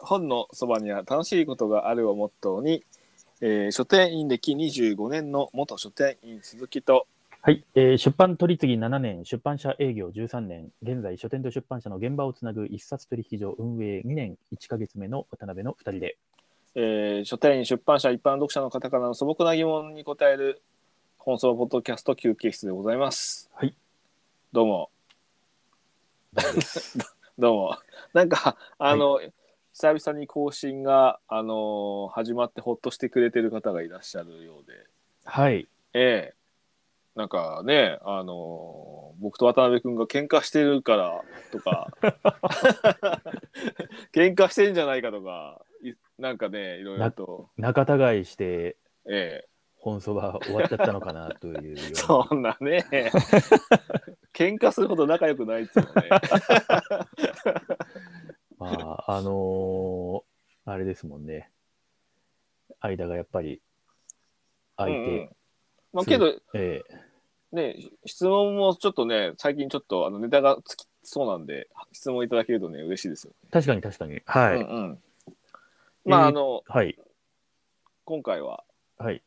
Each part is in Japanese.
本のそばには楽しいことがあるをモットーに、えー書店員歴25年の元書店員鈴木とはい、えー出版取り次ぎ7年、出版社営業13年、現在書店と出版社の現場をつなぐ一冊取引所運営2年1ヶ月目の渡辺の2人で。えー書店員出版社一般読者の方からの素朴な疑問に答える本草ポッドキャスト休憩室でございます。はい。どうも。どうも。 なんかあの、久々に更新があのー始まってほっとしてくれてる方がいらっしゃるようで、 はい、ええなんかねあのー僕と渡辺君が喧嘩してるからとか 喧嘩してんじゃないかとかいなんかねいろいろと。仲違いしてえ本そば終わっちゃったのかなというようえ、 なそんなね喧嘩するほど仲良くないっつうのねまあ、あのーあれですもんね。間がやっぱり空いて、うんうんまあけどえね質問もちょっとね最近ちょっとあのネタがつきそうなんで質問いただけるとね嬉しいですよ、ー確かに確かに。はい。うんうんまあ、えーあのはい。今回ははい。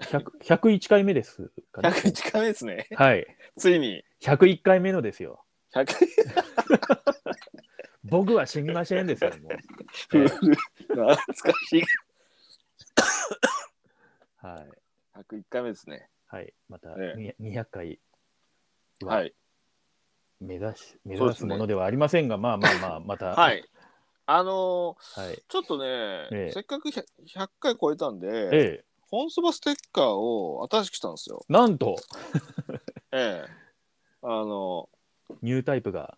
100 101回目ですかね。 101回目ですねはい。ついに101回目のですよ。 100僕は死にませんですよ、もう。古い懐かしいはい。 101回目ですねはい。また、え200回ははい目指し、目そうで指すすねものではありませんが、まあまあまあ、また。 は。いあのはい。ちょっとね、ええせっかく 100, 100回超えたんで、ええ。本そばステッカーを新しくしたんですよなんと、ええ。あの、ニュータイプが。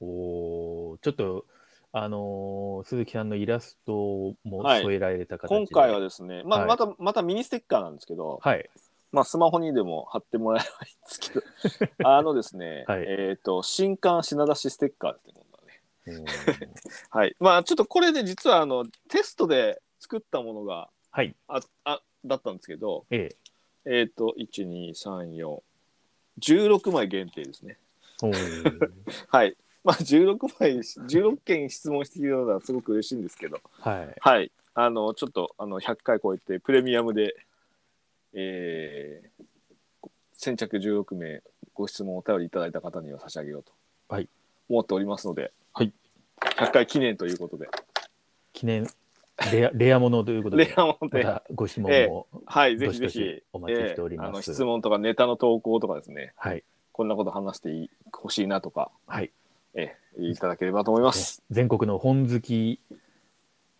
おーちょっと、あのー鈴木さんのイラストもはい添えられた形で、今回はですね、まあ、はいまた、またミニステッカーなんですけど、はい。まあ、スマホにでも貼ってもらえばいいんですけど、 あのですね、はいえっ、と、新刊品出しステッカーですね、今度はね。おーはい。まあ、ちょっとこれで実は、あの、テストで作ったものが、はい。あ、あ、だったんですけど、ええ。えっ、と、1、2、3、4、16枚限定ですね。おーはい。まあ、16枚、16件質問してきたのはすごく嬉しいんですけど、はい。はい、あのちょっとあの100回超えてプレミアムで、えー先着16名ご質問お便りいただいた方には差し上げようとはい思っておりますので、はい100回記念ということで、記念、レア、レアものということ レで、アもんまで、たご質問えも、はい、ぜひぜどしどひしお待ちしておりまえすーあの質問とかネタの投稿とかですね、はい。こんなこと話していほしいなとか、はい。えーいただければと思い ます。全国の本好き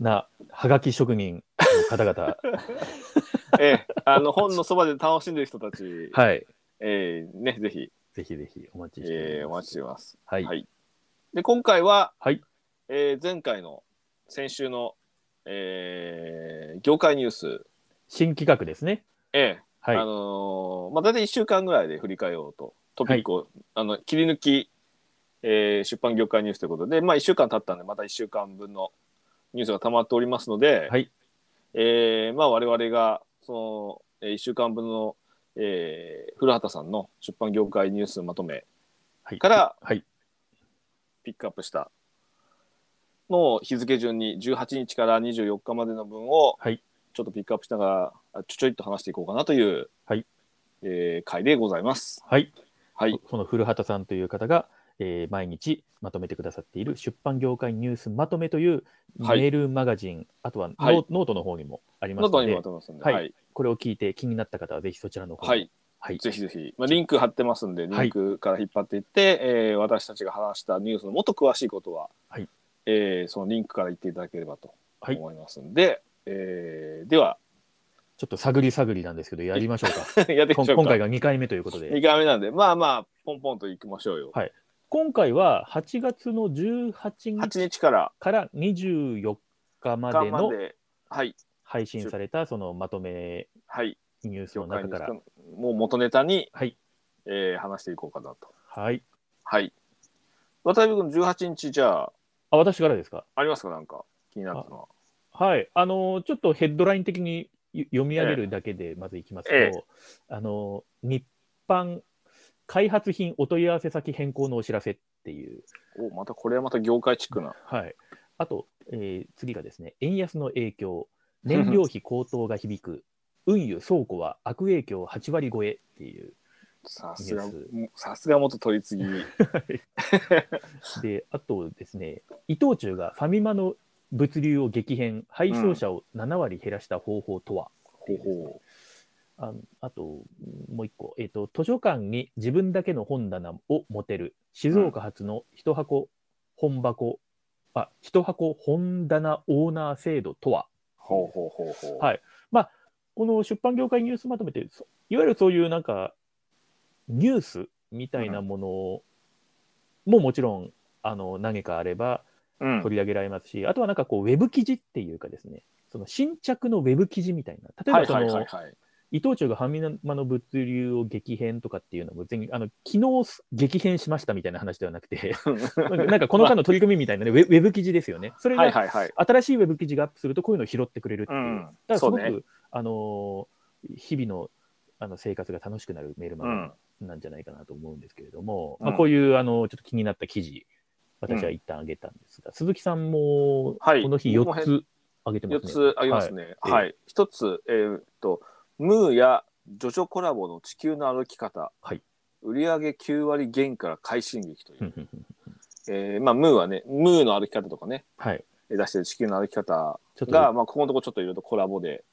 なはがき職人の方 々、えーあの本のそばで楽しんでる人たち、はい、えーね、ぜひ、ぜひぜひお待ちしておえりーおま待ちしす。てます。はい、ははいい、で今回は、はいえー前回の先週の、えー業界ニュース、新企画ですね。ええはいあ、のーまあ、大体1週間ぐらいで振り返ろうとトピックを、あの切り抜き、えー出版業界ニュースということで、まあ、1週間経ったんでまた1週間分のニュースが溜まっておりますので、はいえーまあ、我々がその、え1週間分の、えー古畑さんの出版業界ニュースまとめはい、からはい、ピックアップしたのを日付順に18日から24日までの分をはいちょっとピックアップしながらあちょちょいっと話していこうかなという、はいえー回でございます。はい、はい、その古畑さんという方が、えー毎日まとめてくださっている出版業界ニュースまとめというメはいールマガジン、あとはノ,、はいノートの方にもありますノートのにもでま、とめますんで、は、はいいはい、これを聞いて気になった方はぜひそちらの方に、はい、ぜひぜひ、まあ、リンク貼ってますんで、リンクから引っ張っていって、えー私たちが話したニュースのもっと詳しいことは、はいえーそのリンクから言っていただければとはい思いますんで、えーでは、 ちょっと探り探りなんですけど、やりましょうか。やっていきこまんしょうか。今回が2回目ということで。 2回目なんで、まあまあ、ポンポンといきましょうよ。はい今回は8月の18日8日からから24日まで間まので、はい、配信されたそのまとめはい、ニュースの業界中にから、もう元ネタに、はいえー話していこうかなと。はい、はい。渡辺君、18日、じゃあ、あ私からですか、ありますか、なんか、気になったのは。はいあのーちょっとヘッドライン的にゆ読み上げるだけでまずいきますと、えあのー日販開発品お問い合わせ先変更のお知らせっていう、おまたこれはまた業界チックな。はいあと、えー次がですね、円安の影響、燃料費高騰が響く、運輸、倉庫は悪影響8割超えっていう。さすがニュースもうさすが元取り次ぎで、あとですね、伊藤忠がファミマの物流を激変、配送者を7割減らした方法とは、方法ああと、もう一個、えっ、と、図書館に自分だけの本棚を持てる、静岡発の一箱本箱、あ、一箱本棚オーナー制度とは、ほうほうほうほうはいこの出版業界ニュースまとめて、そいわゆるそういうなんか、ニュースみたいなものももちろん、あの、何かあればうん取り上げられますし、あとはなんかこう、ウェブ記事っていうかですね、その新着のウェブ記事みたいな、は例えいばその、はいはいはい伊藤忠がファミマの物流を激変とかっていうのも別にあの昨日激変しましたみたいな話ではなくて なんかこの間の取り組みみたいなね、ウェブウェブ記事ですよねそれはい がはいはい新しいウェブ記事がアップするとこういうのを拾ってくれるっていう、うんだからすごく、そうねあのー日々のあの生活が楽しくなるメールマうガんジンなんじゃないかなと思うんですけれども、うんまあ、こういうあのちょっと気になった記事私は一旦あげたんですが、鈴木さんもこはいの日僕も4つあげてま四すね。つありますね。はいはい。一、つ、えーっと、ムーやジョジョコラボの地球の歩き方。はい売上9割減から快進撃という。はいうんうんうんえーまあ、ムーはね、ムーの歩き方とかね、はい、出してる地球の歩き方ちょっとが、まあ、ここのとこちょっといろいろコラボで、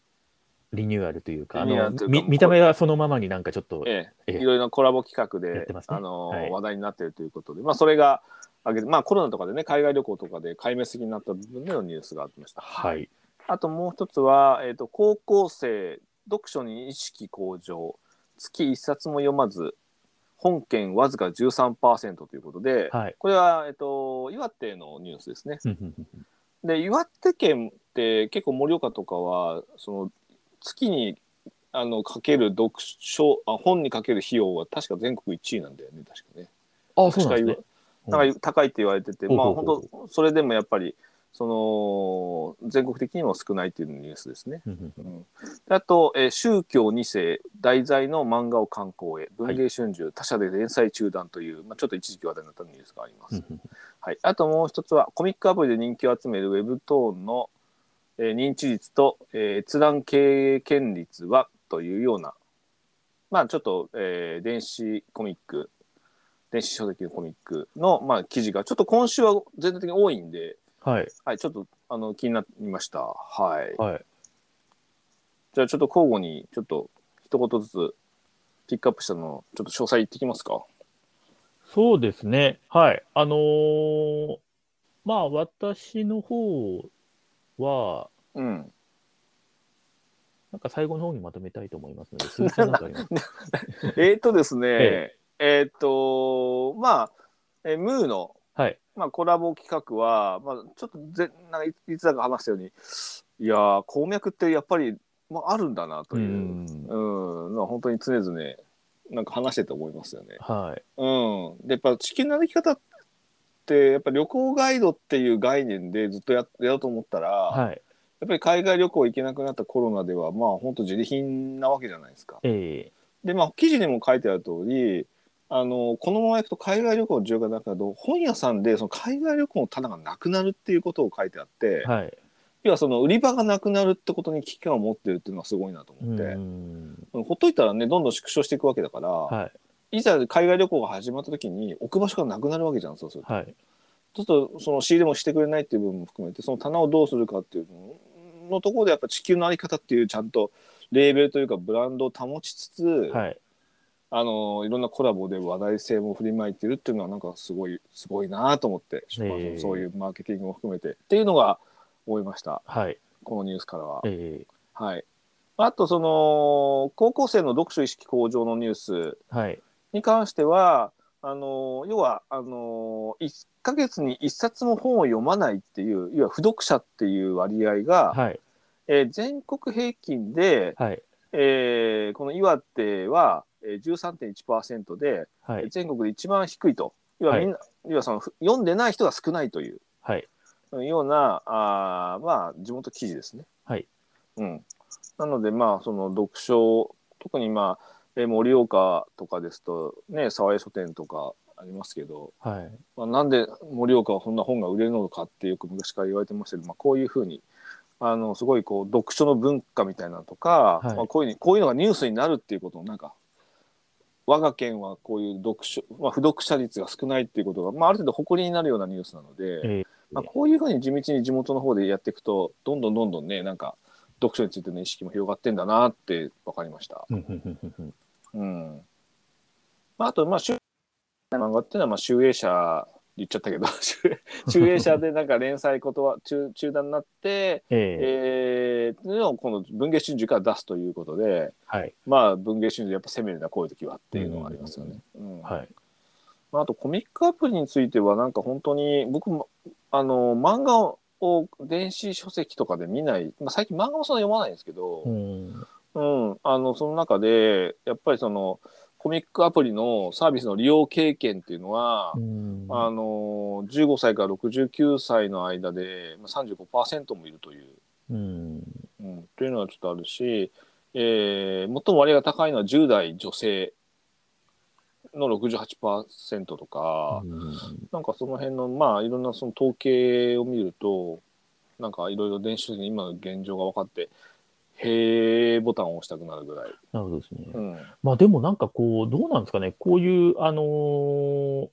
リニューアルというか、あリニューアのルというかみもう見た目はそのままになんかちょっと、ええええいろいろなコラボ企画やっで、てますねあのーはい話題になってるということで、まあ、それが、あげてまあ、コロナとかでね、海外旅行とかで壊滅的になった部分でのニュースがありました。はい、あともう一つは、えー、と高校生読書に意識向上月一冊も読まず本件わずか13%ということで、はい。これは、えー、と岩手のニュースですね。うんうんうんで岩手県って結構盛岡とかはその月にあのかける読書あ本にかける費用は確か全国1位なんだよね確かね。あ、そうなんですね確。なんか高いって言われてて、ほうまほあうほう本当それでもやっぱりその全国的にも少ないっていうニュースですね。うんうんうんあと、えー宗教2世題材の漫画を刊行へ文藝春秋、他社で連載中断という、まあ、ちょっと一時期話題になったニュースがあります、うんうんはい、あともう一つはコミックアプリで人気を集めるウェブトーンの、えー認知率と、えー閲覧経験率はというようなまあちょっと、えー電子コミック電子書籍のコミックの、まあ、記事がちょっと今週は全体的に多いんで、はい、はい、ちょっとあの気になりました。はいはい。じゃあちょっと交互にちょっと一言ずつピックアップしたのをちょっと詳細言ってきますか。そうですね。はい。あのーまあ、私の方は、うん。なんか最後の方にまとめたいと思いますので、鈴木さんなんかありますか えーっとですね、ええーっと、まあ、えームーの、はい。まあ、コラボ企画は、まあ、ちょっとぜなんかいいつだか話したように、いやー、鉱脈ってやっぱり、まあ、あるんだなとういう、ん。うん、まあ本当に常々、なんか話してて思いますよね。はい。うん、でやっぱ地球の歩き方ってやっぱ旅行ガイドっていう概念でずっとややろうと思ったら、はい。やっぱり海外旅行行けなくなったコロナではまあ本当自利品なわけじゃないですか。えでまあ記事にも書いてある通りあのこのまま行くと海外旅行の需要がなくなると本屋さんでその海外旅行の棚がなくなるっていうことを書いてあって、ーはい。要はその売り場がなくなるってことに危機感を持ってるっていうのはすごいなとう思って、ん。ほっといたらねどんどん縮小していくわけだから、はい。い、ざ海外旅行が始まった時に置く場所がなくなるわけじゃんそうすると。はい。そうするとその仕入れもしてくれないっていう部分も含めてその棚をどうするかっていうののところでやっぱ地球の在り方っていうちゃんとレーベルというかブランドを保ちつつ、はい。あのいろんなコラボで話題性も振りまいてるっていうのはなんかすごいすごいなと思って、ええそういうマーケティングも含めてっていうのが思いましたはい。このニュースからは。えはい、あとその高校生の読書意識向上のニュースーはい。に関してはあの要はあの1ヶ月に1冊も本を読まないっていう要は不読者っていう割合が、はい。えー全国平均で、はい。えーこの岩手はえー13.1%で、はい。全国で一番低いと要はみんな、要はそのふ読んでない人が少ないというはい。ようなあーまあ地元記事ですね。はいうん、なのでまあその読書特にまあえー盛岡とかですとね沢江書店とか、ありますけど、はい。まあ、なんで盛岡はこんな本が売れるのかってよく昔から言われてましたけど、まあ、こういうふうにあのすごいこう読書の文化みたいなのとか、はいまあ、こういうにこういうのがニュースになるっていうことをなんか我が県はこういう読書、まあ、不読者率が少ないっていうことが、まあ、ある程度誇りになるようなニュースなので、ええまあ、こういうふうに地道に地元の方でやっていくとどんどんどんどんねなんか読書についての意識も広がってんだなって分かりました。うんうんうんうんうんうんまあ、あと、まあ、集漫画っていうのは、まあ、集英社言っちゃったけど、 集集英社でなんか連載断中中断になって、えええー、のをこの文藝春秋から出すということで、はい。まあ、文藝春秋やっぱ攻めるな、こういう時はっていうのはありますよね。うんはい。まあ、あと、コミックアプリについては、なんか本当に、僕も、あの、漫画を、電子書籍とかで見ない、まあ、最近漫画もそんな読まないんですけど、うん。うん、あのその中でやっぱりそのコミックアプリのサービスの利用経験っていうのは、うんあの15歳から69歳の間でまあ35%もいるという、うん。うん、というのはちょっとあるし、えー、最も割合が高いのは10代女性の68%とか、うんなんかその辺のまあいろんなその統計を見るとなんかいろいろ電子書籍の今の現状が分かって「へーボタンを押したくなるぐらい。なるほどですね。うんまあでもなんかこう、どうなんですかね、こういう、あのー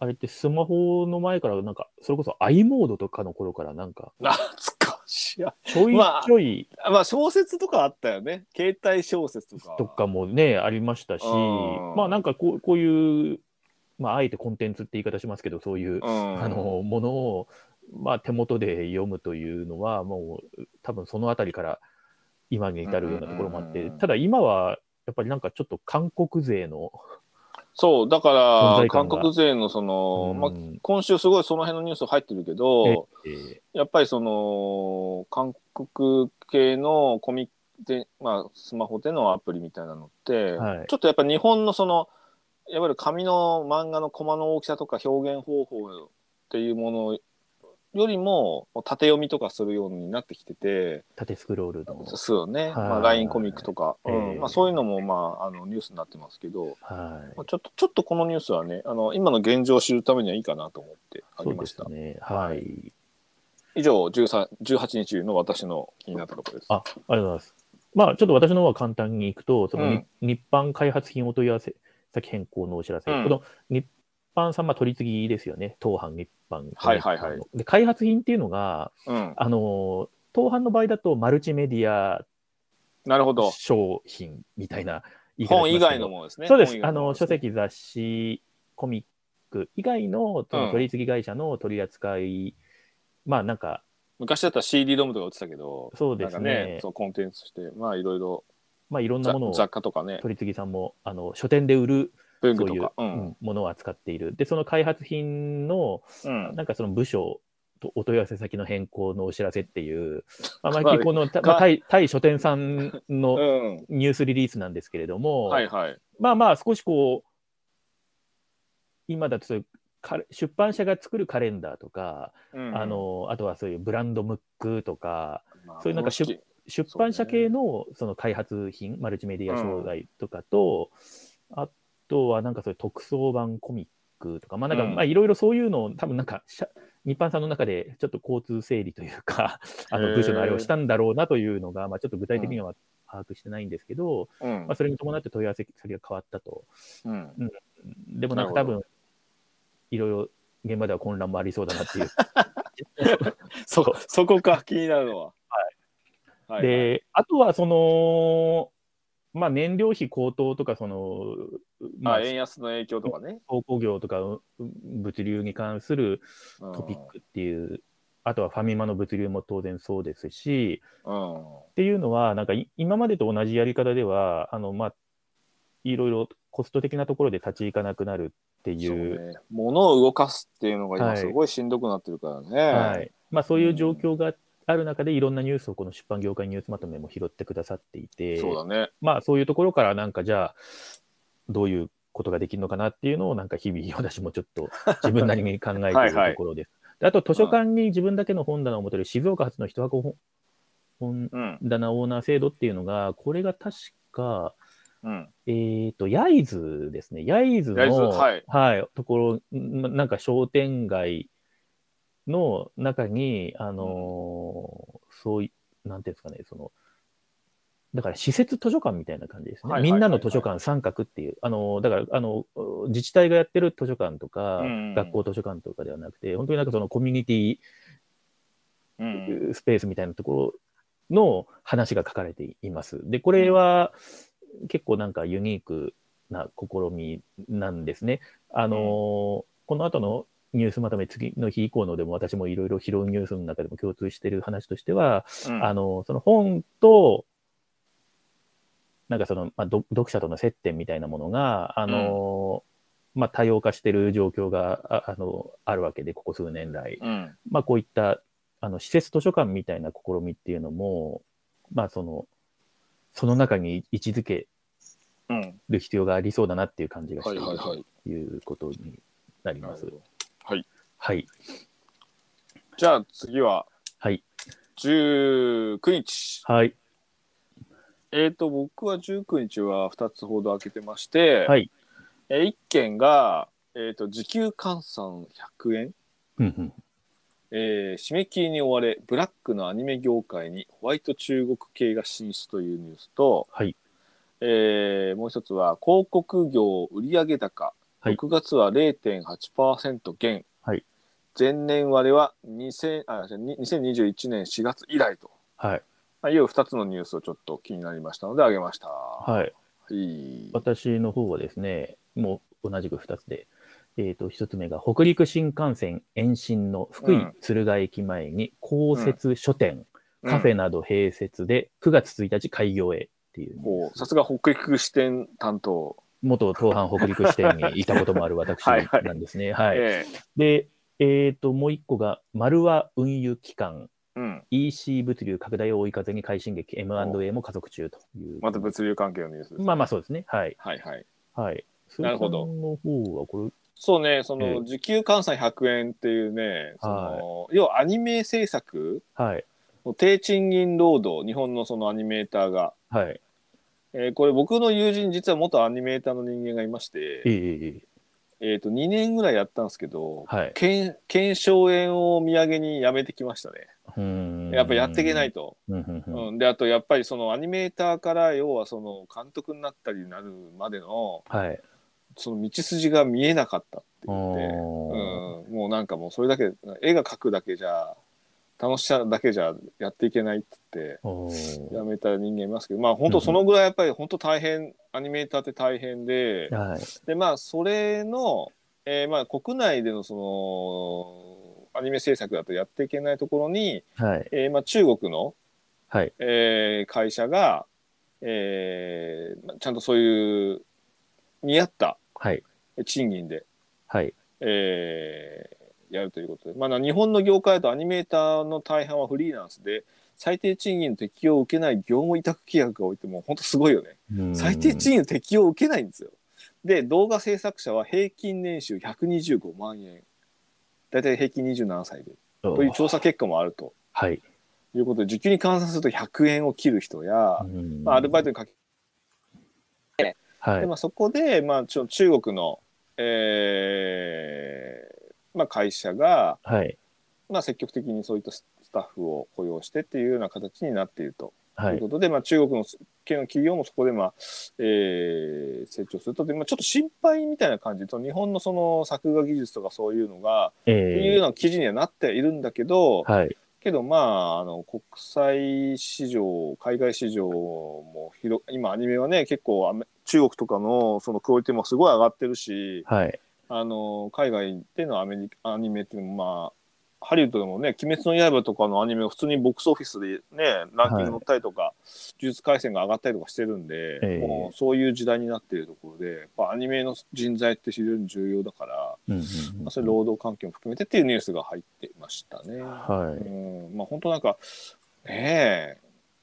あれってスマホの前から、なんか、それこそ i モードとかの頃から、なんか、懐かしい。ちょいまあちょいまあ小説とかあったよね。携帯小説とか。とかもね、ありましたし、うんまあなんかこうこういう、まああえてコンテンツって言い方しますけど、そういう、うん、あのものを、まあ、手元で読むというのは、もう多分そのあたりから今に至るようなところもあっうんうんてうん、ただ今は、やっぱりなんかちょっと韓国勢の、そう、だ存から、在韓感が国勢のその、うんまあ、今週すごいその辺のニュース入ってるけど、えーやっぱりその、韓国系のコミで、まあ、スマホでのアプリみたいなのって、はいちょっとやっぱ日本のその、いわゆる紙の漫画のコマの大きさとか表現方法っていうものよりも縦読みとかするようになってきてて、縦スクロールの。そうよね、いまあ、LINE コミックとか、えーうんまあ、そういうのも、まあ、あのニュースになってますけど、はいまあ、ちょっとちょっとこのニュースはねあの今の現状を知るためにはいいかなと思ってあそげうまでしすた、ね。はい。以上13 18日の私の気になったところですあありがとうございます。まあ、ちょっと私の方は簡単にいくと、そのに、日販開発品お問い合わせ先変更のお知らせ、うんこの日販さん、まあ、取り次ぎですよね、当販、日販。はいはいはいで開発品っていうのが、うんあの当販の場合だとマルチメディアなるほど商品みたいな言い方本しますけ以ど外のものですねそうです本以。あ外もの、です書ね籍、雑誌、コミック以外の、その取り次ぎ会社の取り扱い、まあ、なんか、昔だったら CD ドームとか売ってたけどそうですなんかねそうコンテンツとしてまあいろいろまあ、いろんざなものを雑貨とかね取り次ぎさんもあの書店で売る文具そうというかううんものを扱っている、でその開発品のん、うんなんかその部署とお問い合わせ先の変更のお知らせっていう、まあ、まあまあ結構の、たまあ、対対書店さんのうんニュースリリースなんですけれども、はいはいまあまあ少しこう今だとそういうカレ出版社が作るカレンダーとか、うんあのあとはそういうブランドムックとかまあそういうなんか出この時期出版社系のその開発品、マルチメディア障害とかと、あとはなんかそういう特装版コミックとか、まあなんか、うんまあいろいろそういうのを多分なんか社、日版さんの中でちょっと交通整理という か、あへーの部署のあれをしたんだろうなというのが、まあちょっと具体的には把握してないんですけど、うんまあそれに伴って問い合わせ先が変わったと。うんでもなんなか多るほど分、いろいろ現場では混乱もありそうだなっていうそそこか気になるのは。はい。はいはい、で、あとはその、まあ、燃料費高騰とか、その、ままああ、、円安の影響とかね。鉱工業とかう物流に関するうんトピックっていう、あとはファミマの物流も当然そうですし、うん。っていうのは、なんかい今までと同じやり方では、あの、まあ、いろいろコスト的なところで立ち行かなくなるっていそうう、ね。物を動かすっていうのが今はいすごいしんどくなってるからね。はい。まあ、そういう状況がある中で、いろんなニュースをこの出版業界ニュースまとめも拾ってくださっていて、そうだね。まあそういうところからなんかじゃあどういうことができるのかなっていうのをなんか日々私もちょっ と自分なりに考えていはいるはいところです。であと図書館に自分だけの本棚を持てる静岡発の一箱本本うん。棚オーナー制度っていうのがこれが確かうん。えっ、と、焼津ですね。焼津焼津の、はいところ、んなんか商店街の中に、あのーそういう、なんていうんですかね、その、だから施設図書館みたいな感じですね。はいはいはいみはいんなの図書館三角っていう、あのーだから、あの、自治体がやってる図書館とか、うん学校図書館とかではなくて、本当になんかそのコミュニティうん。スペースみたいなところの話が書かれています。で、これは結構なんかユニークな試みなんですね。あのーうんこの後のニュースまとめ次の日以降のでも私もいろいろ拾うニュースの中でも共通している話としては、うんあのーその本と、なんかその、まあ、ど読者との接点みたいなものが、あのーまあ、多様化している状況がああのあるわけで、ここ数年来。うん。まあ、こういったあの施設図書館みたいな試みっていうのも、まあ、そのその中に位置づけうん。る必要がありそうだなっていう感じがしはいているはいはとい。いうことになりなるまほす。どはい。はい、じゃあ次ははい、 19日。はい、えー、と僕は19日は2つほど開けてまして、はい。え1件が、えー、と時給換算100円、うんうんえー締め切りに追われブラックのアニメ業界にホワイト中国系が進出というニュースと、はいえーもう一つは広告業売上高はい6月は0.8%減、はい前年割れは2000あ違うに2021年4月以来とはい、まあいう2つのニュースをちょっと気になりましたので挙げました。はい。いい私の方はですね、もう同じく2つで、えー、と1つ目が北陸新幹線延伸の福う井ん敦賀駅前に公設書店、うんカフェなど併設で9月1日開業へっていうニュース。もうさすが北陸支店担当、元東阪北陸支店にいたこともある私 はいはいなんですね。はいえで、えっ、と、もう一個が、丸和運輸機関、えうん、 EC 物流拡大を追い風に快進撃、M&A も加速中という。また物流関係のニュースです、まあまあそうですね。はい。はいはいはい。なるほど鈴木さんの方は、こそうねそええの時給関西100円っていうねその、要はアニメ制作れ、はい。の低賃金労働日本のそのアニメーターが、はい。えーこれ僕の友人実は元アニメーターの人間がいましええて、えええええー、と2年ぐらいやったんですけどはい。腱腱鞘炎を土産にやめてきましたねうーんやっぱりやっていけない。と。うんうんうんうん、であとやっぱりそのアニメーターから要はその監督になったりなるまでのはい。その道筋が見えなかったって言って、うんおーもうなんかもうそれだけ絵が描くだけじゃ楽しさだけじゃやっていけないって言っておやーめた人間いますけどまあ本当そのぐらいやっぱり本当大変アニメーターって大変ではい。でまあそれの、えーまあ国内でのそのアニメ制作だとやっていけないところに、はい。えーまあ、中国のはい。えー会社が、えーまちゃんとそういう見合ったはい。賃金で、はい。えーやるということで、まあ、日本の業界だとアニメーターの大半はフリーランスで最低賃金の適用を受けない業務委託契約が多いってもう本当すごいよねうん最低賃金の適用を受けないんですよで動画制作者は平均年収125万円大体平均27歳でという調査結果もあるとはい。いうことで時給に換算すると100円を切る人や、まあ、アルバイトにかけはいで、。まあ、そこで、まあ、ちょ中国の、えーまあ、会社が、はい。まあ、積極的にそういったススタッフを雇用してっていうような形になっていると,、、。はいいうことで、まあ、中国の系の企業もそこで、まあえー成長するとで、まあ、ちょっと心配みたいな感じと日本のその作画技術とかそういうのが、っていうよええうな記事にはなっているんだけど、はい。けどまああの国際市場海外市場も広今アニメはね結構アメ中国とかのそのクオリティもすごい上がってるしはい。あの海外でのアメリカアニメっていうのもまあハリウッドでもね「鬼滅の刃」とかのアニメを普通にボックスオフィスでねランキング乗ったりとか、呪術廻戦が上がったりとかしてるんで、ええもうそういう時代になってるところでやっぱアニメの人材って非常に重要だから、うんうんまあ、そうれん労働環境も含めてっていうニュースが入っていましたね。はうん、まあ本当なんかねえ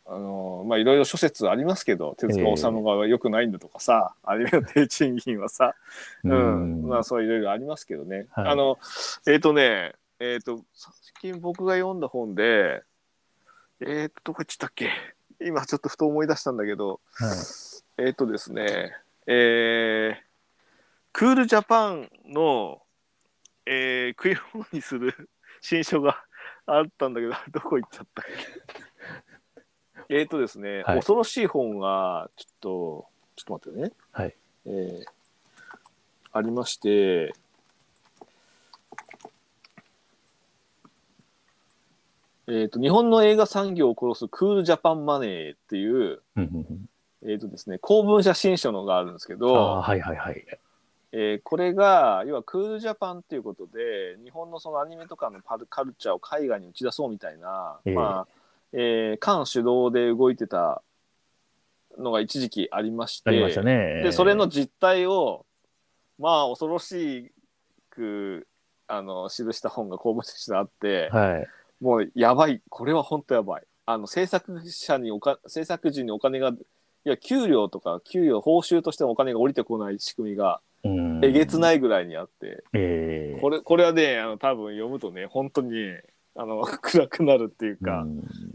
あのまあいろいろ諸説ありますけど手塚治虫が良くないんだとかさ、アニメの低賃金はさ、い。うんまあそそういろいろありますけどね、はいあのえっ、とねえっ、と最近僕が読んだ本でえっ、とどこ行っちゃったっけ今ちょっとふと思い出したんだけど、はいええっ、とですね、えー、クールジャパンの、えー、食い物にする 新書があったんだけど、 どこ行っちゃったっ けえっとですね、はい恐ろしい本が、ちょっと、ちょっと待ってね。はい。えーありまして、えっ、と、日本の映画産業を殺すクールジャパンマネーっていう、うんうんうんえーとですね、公文写真書のがあるんですけあどあ、、はいはいはい。えーこれが要はクールジャパンっていうことで日本のそのアニメとかのパルカルチャーを海外に打ち出そうみたいな、ええまあえー官主導で動いてたのが一時期ありましてありましたね。でそれの実態をまあ恐ろしくあの記した本が公文写真にあって、はい。もうやばい、これは本当やばい。あの制作者におか制作時にお金が、いや、給料とか、給料、報酬としてのお金が降りてこない仕組みが、うんえげつないぐらいにあって、えこれこれはね、あの多分読むとね、本当にねあの 暗くなるっていうれか、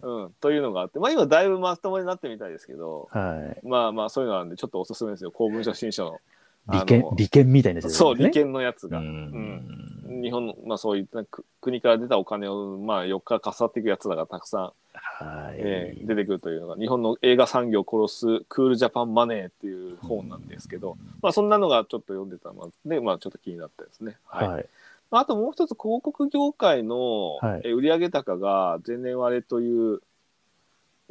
うん、というのがあって、まあ今、だいぶまともになってみたいですけど、はい。まあまあ、そういうのなんで、ちょっとおすすめですよ、公文書新書の。あの利権、利権みたいなやつですねそう、利。権のやつうが。ん。日本の、まあそういったく国から出たお金を、まあ4日かさっていくやつらがたくさんはい。えー出てくるというのが日本の映画産業を殺すクールジャパンマネーっていう本なんですけど、まあ、そんなのがちょっと読んでたので、まあ、ちょっと気になったですね。はいはい。まあ、あともう一つ広告業界の、はいえー売上高が前年割れという、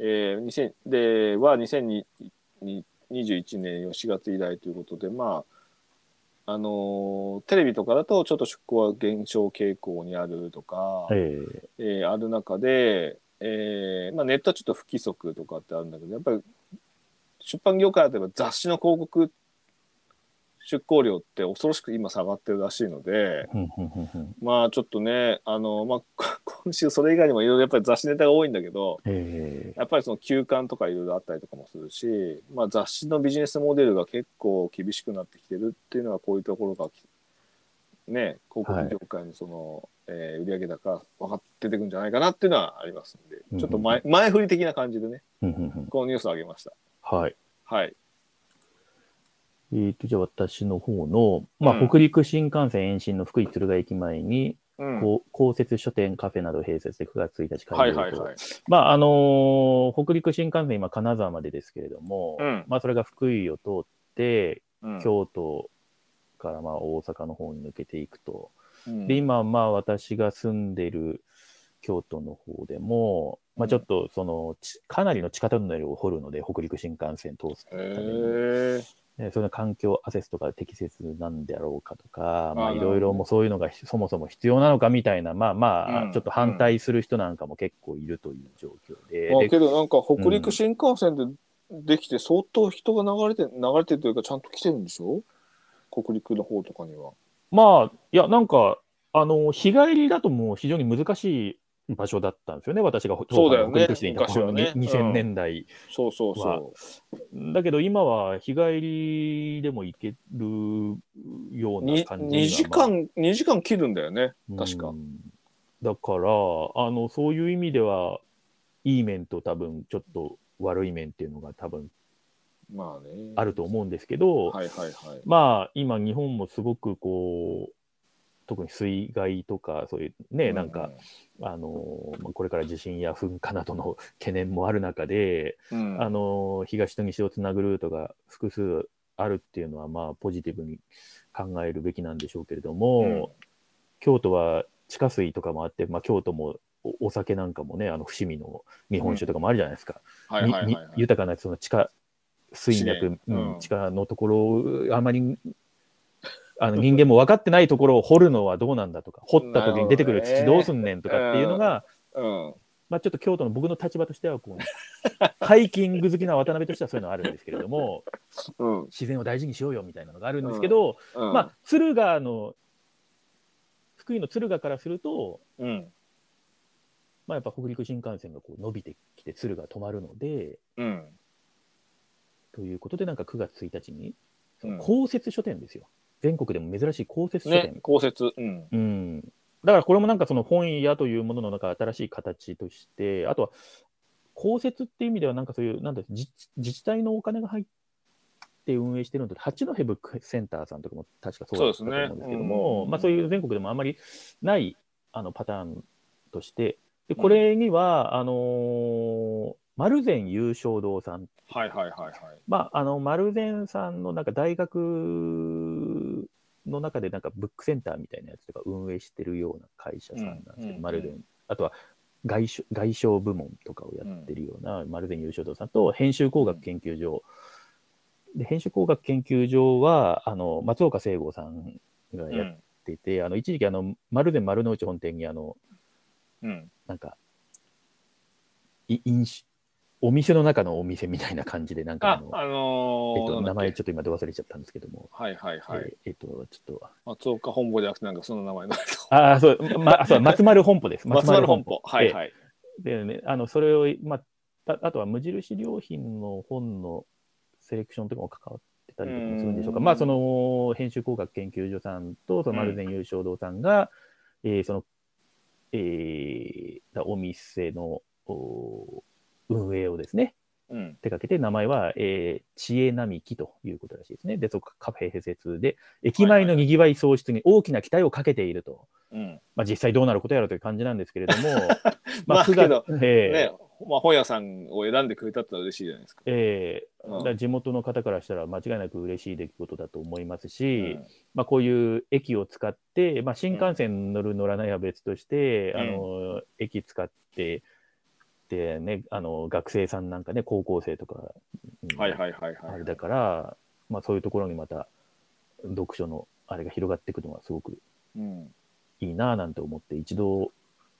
えー、2000では2021年4月以来ということでまああのーテレビとかだとちょっと出向は減少傾向にあるとか、ええーある中で、えーまあ、ネットはちょっと不規則とかってあるんだけどやっぱり出版業界だとやっぱ雑誌の広告出稿量って恐ろしく今下がってるらしいのでえ。ふんふんふんふんまあちょっとねあの、まあ、 こ今週それ以外にもいろいろやっぱり雑誌ネタが多いんだけどええ。やっぱりその休刊とかいろいろあったりとかもするし、まあ、雑誌のビジネスモデルが結構厳しくなってきてるっていうのはこういうところがきね広告業界にその、えー売上高分かっててくんじゃないかなっていうのはありますんで、うんちょっと前前振り的な感じでねふんふんふんこのニュースを上げましたはい。はいえー、とじゃあ私の方の、まうあ、ん北陸新幹線延伸の福井敦賀駅前に、うんこう公設書店カフェなど併設で9月1日開業と、はいはいはいまああのー北陸新幹線今金沢までですけれども、うんまあ、それが福井を通って今京都からまあ大阪の方に抜けていくと、うんで今まあ私が住んでる京都の方でも、まあ、ちょっとそのちかなりの地下トンネルを掘るので北陸新幹線通すへためにーね、その環境アセスとか適切なんであろうかとか、まああ、ーいろいろもうそういうのがひそもそも必要なのかみたいな、まあまあ、うんちょっと反対する人なんかも結構いるという状況で、まあでけどなんか北陸新幹線でできて相当人が流れて流れてるというかちゃんと来てるんでしょ北陸の方とかには。まあ、いや、なんか、あの、日帰りだともう非常に難しい場所だったんですよね、私がほそうだよね北陸市でいた頃のに昔はねうん2000年代。そうそうそう。だけど今は日帰りでも行けるようなに感じが2時間、二時間切るんだよね。確かうんだからあのそういう意味ではいい面と多分ちょっと悪い面っていうのが多分まあね。あると思うんですけど、はいはいはい。まあ今日本もすごくこう特に水害とかそういうね、なんか、あのまあこれから地震や噴火などの懸念もある中で、うん、うんあの東と西をつなぐルートが複数あるっていうのはまあポジティブに考えるべきなんでしょうけれども、うん京都は地下水とかもあって、まあ、京都もおお酒なんかもねあの伏見の日本酒とかもあるじゃないですか、はいにはいはいはいに豊かなその地下水脈資、源うんうん地下のところをあまりあの人間も分かってないところを掘るのはどうなんだとか掘った時に出てくる土どうすんねんとかっていうのが、うんまあ、ちょっと京都の僕の立場としてはこう ハイキング好きな渡辺としてはそういうのあるんですけれどもうん自然を大事にしようよみたいなのがあるんですけど、うんまあ、敦賀の、福井の敦賀からすると、うんまあ、やっぱ北陸新幹線がこう伸びてきて敦賀止まるので、うんということで、なんか9月1日に、うん公設書店ですよ。全国でも珍しい公設書ね店。公設うんうん。だからこれもなんかその本屋というものの中新しい形として、あとは公設っていう意味ではなんかそういう、なんだ自治自治体のお金が入っって運営してるのと、八戸ブックセンターさんとかも確かそうそうだでったすねと思うんですけども、うんまあ、そういう全国でもあまりないあのパターンとして、でこれには、あのー丸善優勝堂さん、はいはいはいはい。まあ、あの丸善さんのなんか大学の中でなんかブックセンターみたいなやつとか運営してるような会社さんなんですけど、うんうん丸善、あとは外商外商部門とかをやってるような丸善優勝堂さんと編集工学研究所、で編集工学研究所はあの松岡聖吾さんがうやっん。てて、あの一時期あの丸善丸の内本店にあのうん。なんかい飲酒お店の中のお店みたいな感じでなんかああの、あのえっー、と、名前なんだっけちょっと今で忘れちゃったんですけども、はいはいはい。えっ、えっと、ちょっと、松岡本部じゃなくて、なんかその名前の人。ああ、そう、 ま、あそう松丸本舗です。松丸本舗。はいい。はい。でね、あの、それを、まあ、たあとは無印良品の本のセレクションとかも関わってたりとかもするんでしょうか。うんまあ、その、編集工学研究所さんと、その丸善優勝堂さんが、えーその、えーお店の、お運営をですね、うん。手掛けて、名前は、えー、知恵並木ということらしいですね。で、そこカフェ併設で、駅前のにぎわい創出に大きな期待をかけていると。うん。まあ、実際どうなることやらという感じなんですけれど も、まあ9けど月えーね、まあ、本屋さんを選んでくれたってのは嬉しいじゃないですか。えーうんだから地元の方からしたら間違いなく嬉しい出来事だと思いますうし、んまあ、こういう駅を使って、まあ、新幹線に乗る、乗らないは別として、うんあの駅使ってで、ね、あの学生さんなんかね高校生とか、うんはいはいはいはあいれ。だから、まあ、そういうところにまた読書のあれが広がっていくのはすごくうん。いいなぁなんて思って一度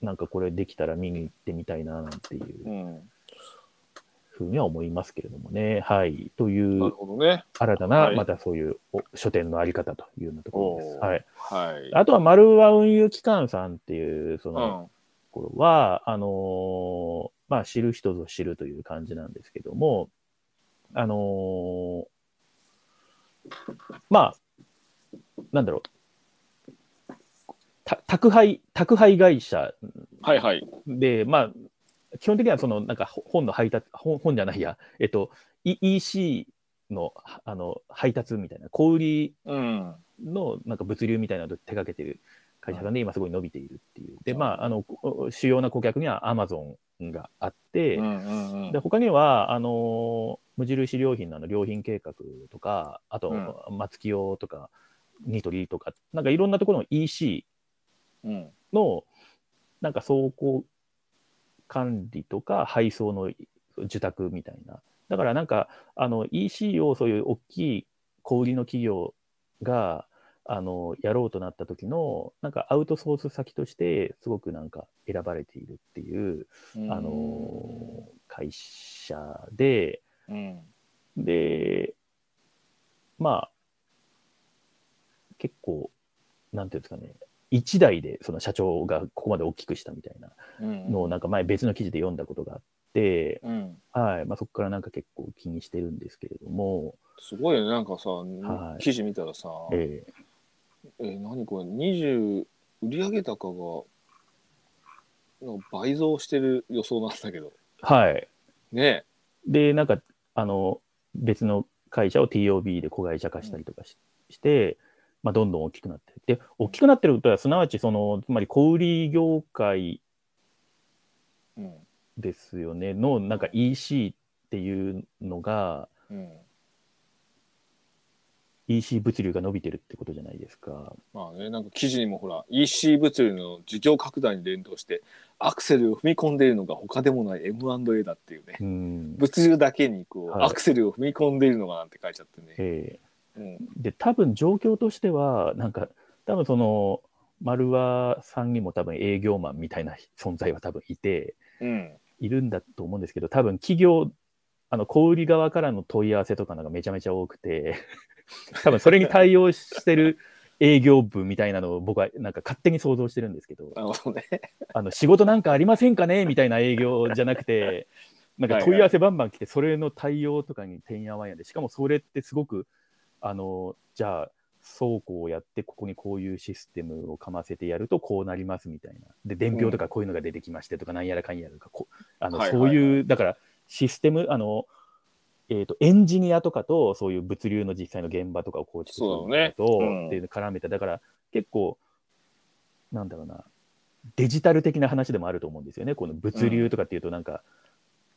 なんかこれできたら見に行ってみたいなぁなんていううん。ふうには思いますけれどもね。はい。といなるうほどね。新たなはいまたそういうお書店のあり方というようなところです。おーはい。はい。あとは丸和運輸機関さんっていうそうのん。ところは、あのーまあ知る人ぞ知るという感じなんですけども、あのーまあ、なんだろう。た宅配、宅配会社はいはい。で、まあ、基本的にはそのなんかほ本の配達、本本じゃないや、えっと、E- EC のあの配達みたいな、小売りうん。のなんか物流みたいなのを手掛けてる会社さんで、今すごい伸びているっていう。で、うんまあ、あのこ主要な顧客にはアマゾンがあって、うんうんうんで他にはあの無印良品のあの良品計画とか、あと、松木用とか、ニトリとか、なんかいろんなところの EC うん。のなんか走行管理とか配送の受託みたいな。だからなんかあの EC をそういう大きい小売りの企業があのやろうとなった時のなんかアウトソース先としてすごくなんか選ばれているっていう、うん。あの会社でうん。でまあ結構なんていうんですかね一代でその社長がここまで大きくしたみたいなうん。のをなんか前別の記事で読んだことがあって、うん。はいまあ、そこからなんか結構気にしてるんですけれども、すごいね。なんかさ、はい記事見たらさ、えええー何これ、20、売上高が、なんか倍増してる予想なんだけど。はいねでなんかあの別の会社を TOB で子会社化したりとかし,、て、まあ、どんどん大きくなってで大きくなってることはすなわちそのつまり小売業界え。うん。ですよねのなんか EC っていうのがうん。 EC 物流が伸びてるってことじゃないですか。まあね、なんか記事にもほら EC 物流の事業拡大に連動してアクセルを踏み込んでいるのが他でもない M&A だっていうねうん物流だけにこう、はいアクセルを踏み込んでいるのがなんて書いちゃってね、ええうん、で多分状況としてはなんか多分その丸和さんにも多分営業マンみたいな存在は多分いてうん、いるんだと思うんですけど多分企業あの小売り側からの問い合わせとかなんかめちゃめちゃ多くて多分それに対応してる営業部みたいなのを僕はなんか勝手に想像してるんですけどなるほどねあの仕事なんかありませんかねみたいな営業じゃなく て、なんか問い合わせバンバン来て、それの対応とかにてんやわんやで、しかもそれってすごく、あのじゃあ、倉庫をやって、ここにこういうシステムをかませてやるとこうなりますみたいな、で、伝票とかこういうのが出てきましてとか、なんやらかんやらとか、こうあのはいはいそういう、だからシステム、あのえー、とエンジニアとかとそういう物流の実際の現場とかを構築するそうだねとこうんとっていうのを絡めて、だから結構なんだろうなデジタル的な話でもあると思うんですよねこの物流とかっていうとなんか、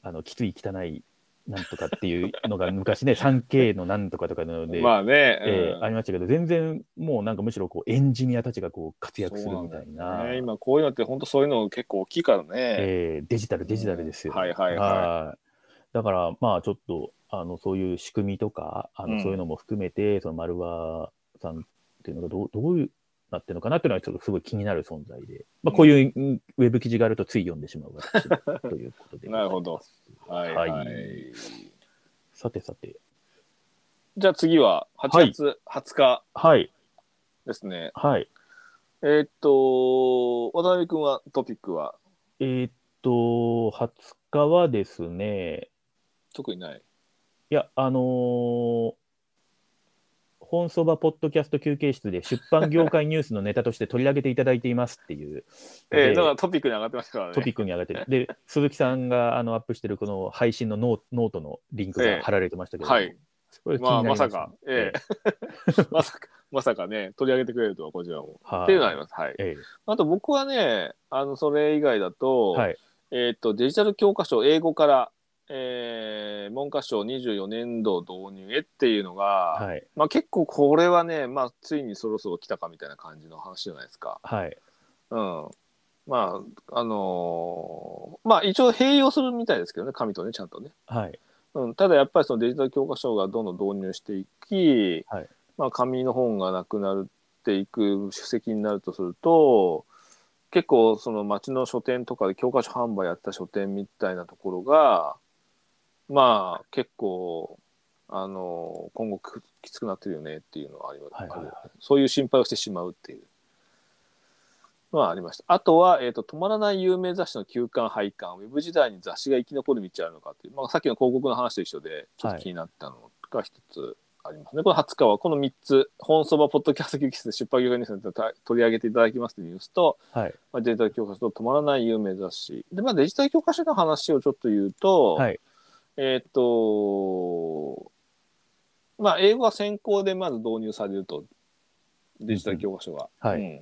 あのきつい汚いなんとかっていうのが 昔ね 3K のなんとかとかなので、まあね、えーうんありましたけど全然もうなんかむしろこうエンジニアたちがこう活躍するみそうたいなんだよね、今こういうのって本当そういうの結構大きいからね、えーデジタルデジタルですよ。はいはいははい。だから、まあ、ちょっと、あの、そういう仕組みとか、あうの、んそういうのも含めて、その、丸和さんっていうのが、どう、どういう、なってるのかなっていうのは、ちょっとすごい気になる存在で、まあ、こういううんウェブ記事があると、つい読んでしまう私ということでござ なるいます。ほどいはい、はいはいさてさて、じゃあ次は8月20日はい、ですね、はい。えーっと渡辺君はトピックはえーっと、20日はですね、特にないいや、あのー本そばポッドキャスト休憩室で出版業界ニュースのネタとして取り上げていただいていますっていう、えでー、だからトピックに上がってましたからねトピックに上がってる。で、鈴木さんがあのアップしてるこの配信のノーノートのリンクが貼られてましたけど、はいこれ気にまなありましたさか、ええ まさかまさかね取り上げてくれるとはこちらも、はいっていうのはありますはいえあと僕はねあのそれ以外だと,、えはい、えーっとデジタル教科書英語から、えー文科省24年度導入へっていうのが、はい、まあ、結構これはね、まあ、ついにそろそろ来たかみたいな感じの話じゃないですか。はい、うん。まあ、あのーまあ一応併用するみたいですけどね、紙とね、ちゃんとね。はい、うん、ただやっぱりそのデジタル教科書がどんどん導入していき、はいまあ、紙の本がなくなっていく書籍になるとすると結構その町の書店とかで教科書販売やった書店みたいなところがまあ結構あの今後くきつくなってるよねっていうのはあります、はいはいはいあるそういう心配をしてしまうっていうのはありましたあとは、えーと「止まらない有名雑誌の休刊廃刊ウェブ時代に雑誌が生き残る道あるのか」っていう、まあ、さっきの広告の話と一緒でちょっと気になったのが一つありますね、この20日はこの3つ本そばポッドキャスト休憩室で出版業界ニュースについて取り上げていただきますというニュースと、はい、まあ、デジタル教科書と止まらない有名雑誌で、まあ、デジタル教科書の話をちょっと言うと、はいえーっとまあ英語が先行でまず導入されるとデジタル教科書が。うんはいうん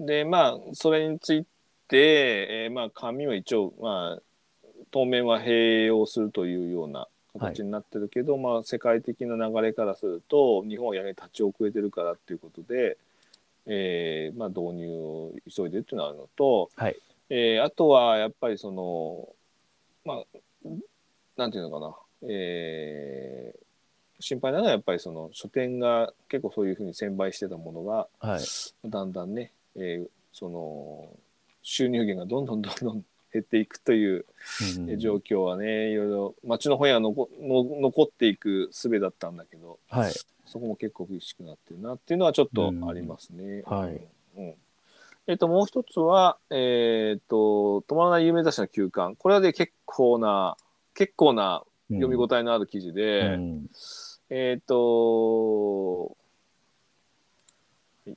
でまあそれについて、えーまあ、紙は一応、まあ、当面は併用するというような形になってるけど、まあ、世界的な流れからすると日本はやはり立ち遅れてるからっていうことで、えーまあ、導入を急いでるっていうのがあるのと、はいえーあとはやっぱりそのまあなんていうのかな、えー心配なのはやっぱりその書店が結構そういうふうに専売してたものがはい、だんだんね、えーその収入源がどんどんどんどん減っていくといううんえ状況はね、いろいろ町の本屋は残の残っていく術だったんだけどはい、そこも結構厳しくなってるなっていうのはちょっとありますね。うんはいうんえっともう一つは、えっと止まらない有名雑誌の休刊これはね結構な結構な読み応えのある記事で、うんえっ、と、はい